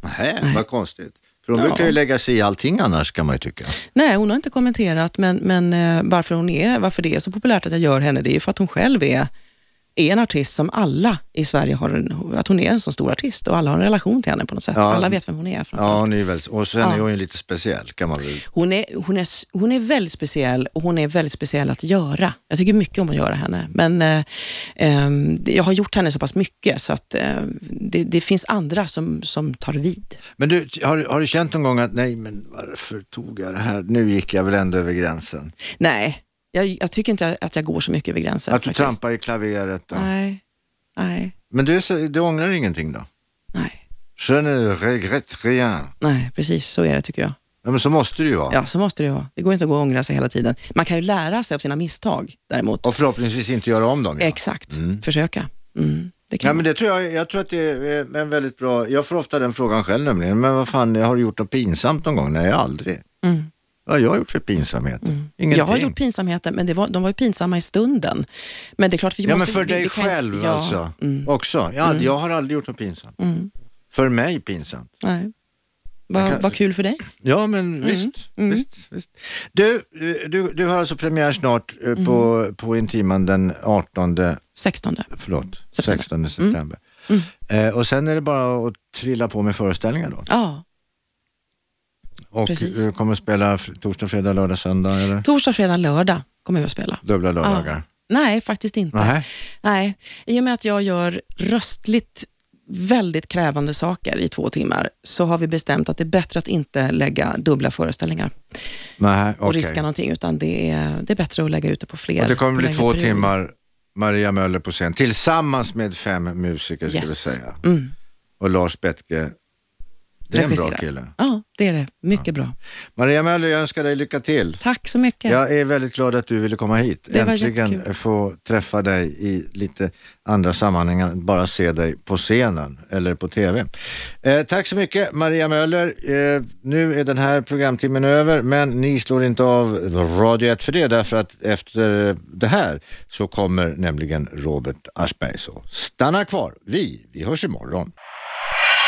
[SPEAKER 2] Nähä, vad konstigt. För hon
[SPEAKER 3] Ja.
[SPEAKER 2] brukar ju lägga sig i allting annars kan man ju tycka.
[SPEAKER 3] Nej, hon har inte kommenterat, men, men eh, varför, hon är, varför det är så populärt att jag gör henne, det är ju för att hon själv är, är en artist som alla i Sverige har, en, att hon är en så stor artist och alla har en relation till henne på något sätt.
[SPEAKER 2] Ja.
[SPEAKER 3] Alla vet vem hon är.
[SPEAKER 2] Ja,
[SPEAKER 3] framförallt.
[SPEAKER 2] hon är ju väldigt, och sen
[SPEAKER 3] Ja.
[SPEAKER 2] är hon ju lite speciell kan man väl.
[SPEAKER 3] Hon, är, hon, är, s- hon är väldigt speciell och hon är väldigt speciell att göra. Jag tycker mycket om att göra henne, men eh, ehm, det- jag har gjort henne så pass mycket så att eh, det, det finns andra som, som tar vid.
[SPEAKER 2] Men du, har, du- har du känt någon gång att nej, men varför tog jag det här? Nu gick jag väl ändå över gränsen.
[SPEAKER 3] Nej, jag, jag tycker inte att jag går så mycket över gränsen.
[SPEAKER 2] Att du
[SPEAKER 3] faktiskt.
[SPEAKER 2] trampar i klaveret. Då.
[SPEAKER 3] Nej, nej,
[SPEAKER 2] Men du, så- du ångrar ingenting då?
[SPEAKER 3] nej.
[SPEAKER 2] Je ne regrette rien.
[SPEAKER 3] Nej, precis så är det tycker jag.
[SPEAKER 2] Ja, men så måste det ju vara.
[SPEAKER 3] Ja, så måste det vara. Det går inte att gå och ångra sig hela tiden. Man kan ju lära sig av sina misstag däremot.
[SPEAKER 2] Och förhoppningsvis inte göra om dem. Ja.
[SPEAKER 3] Exakt, försöka. Mm, det kan
[SPEAKER 2] Ja, men
[SPEAKER 3] man.
[SPEAKER 2] det tror jag, jag tror att det är en väldigt bra, jag får ofta den frågan själv nämligen, men vad fan, har du gjort något pinsamt någon gång? Nej, aldrig.
[SPEAKER 3] Mm.
[SPEAKER 2] Vad har jag gjort för pinsamhet? Ingenting.
[SPEAKER 3] Jag har gjort pinsamheter, men det var, de var ju pinsamma i stunden. Men det är klart, vi
[SPEAKER 2] Ja, men
[SPEAKER 3] måste,
[SPEAKER 2] för
[SPEAKER 3] vi,
[SPEAKER 2] dig
[SPEAKER 3] det kan-
[SPEAKER 2] själv
[SPEAKER 3] ja, Mm.
[SPEAKER 2] alltså. Också. Jag, jag har aldrig gjort något pinsamt. För mig pinsamt.
[SPEAKER 3] Nej. Vad
[SPEAKER 2] kan-
[SPEAKER 3] vad kul för dig.
[SPEAKER 2] Ja, men
[SPEAKER 3] Mm.
[SPEAKER 2] visst. visst, visst. Du, eh, du, du har alltså premiär snart eh,
[SPEAKER 3] Mm.
[SPEAKER 2] på, på Intiman den 18,
[SPEAKER 3] 16.
[SPEAKER 2] förlåt,
[SPEAKER 3] September. Mm.
[SPEAKER 2] 16 september. Eh, och sen är det bara att trilla på med föreställningar då.
[SPEAKER 3] Ja.
[SPEAKER 2] Och
[SPEAKER 3] Precis.
[SPEAKER 2] du kommer att spela f- torsdag, fredag, lördag, söndag eller?
[SPEAKER 3] Torsdag, fredag, lördag kommer vi att spela.
[SPEAKER 2] Dubbla lördagar.
[SPEAKER 3] Nej, faktiskt inte.
[SPEAKER 2] Nähä.
[SPEAKER 3] Nej, i och med att jag gör röstligt väldigt krävande saker i två timmar så har vi bestämt att det är bättre att inte lägga dubbla föreställningar
[SPEAKER 2] Nej,
[SPEAKER 3] och
[SPEAKER 2] okej.
[SPEAKER 3] riska någonting utan det är, det är bättre att lägga ut det på fler.
[SPEAKER 2] Och det
[SPEAKER 3] på
[SPEAKER 2] kommer bli
[SPEAKER 3] längre
[SPEAKER 2] två
[SPEAKER 3] perioder.
[SPEAKER 2] timmar Maria Möller på scen tillsammans med fem musiker skulle
[SPEAKER 3] Yes.
[SPEAKER 2] jag säga.
[SPEAKER 3] Mm.
[SPEAKER 2] Och Lars Bettke, det är en bra
[SPEAKER 3] Regisserar.
[SPEAKER 2] kille.
[SPEAKER 3] Ja, det är det. Mycket bra.
[SPEAKER 2] Maria Möller, jag önskar dig lycka till.
[SPEAKER 3] Tack så mycket.
[SPEAKER 2] Jag är väldigt glad att du ville komma hit.
[SPEAKER 3] Det var
[SPEAKER 2] Äntligen
[SPEAKER 3] jättekul.
[SPEAKER 2] få träffa dig i lite andra sammanhang än bara se dig på scenen eller på TV. Eh, tack så mycket Maria Möller. Eh, nu är den här programtimmen över men ni slår inte av Radio 1 för det därför att efter det här så kommer nämligen Robert Aschberg. Så stanna kvar. Vi, vi hörs imorgon.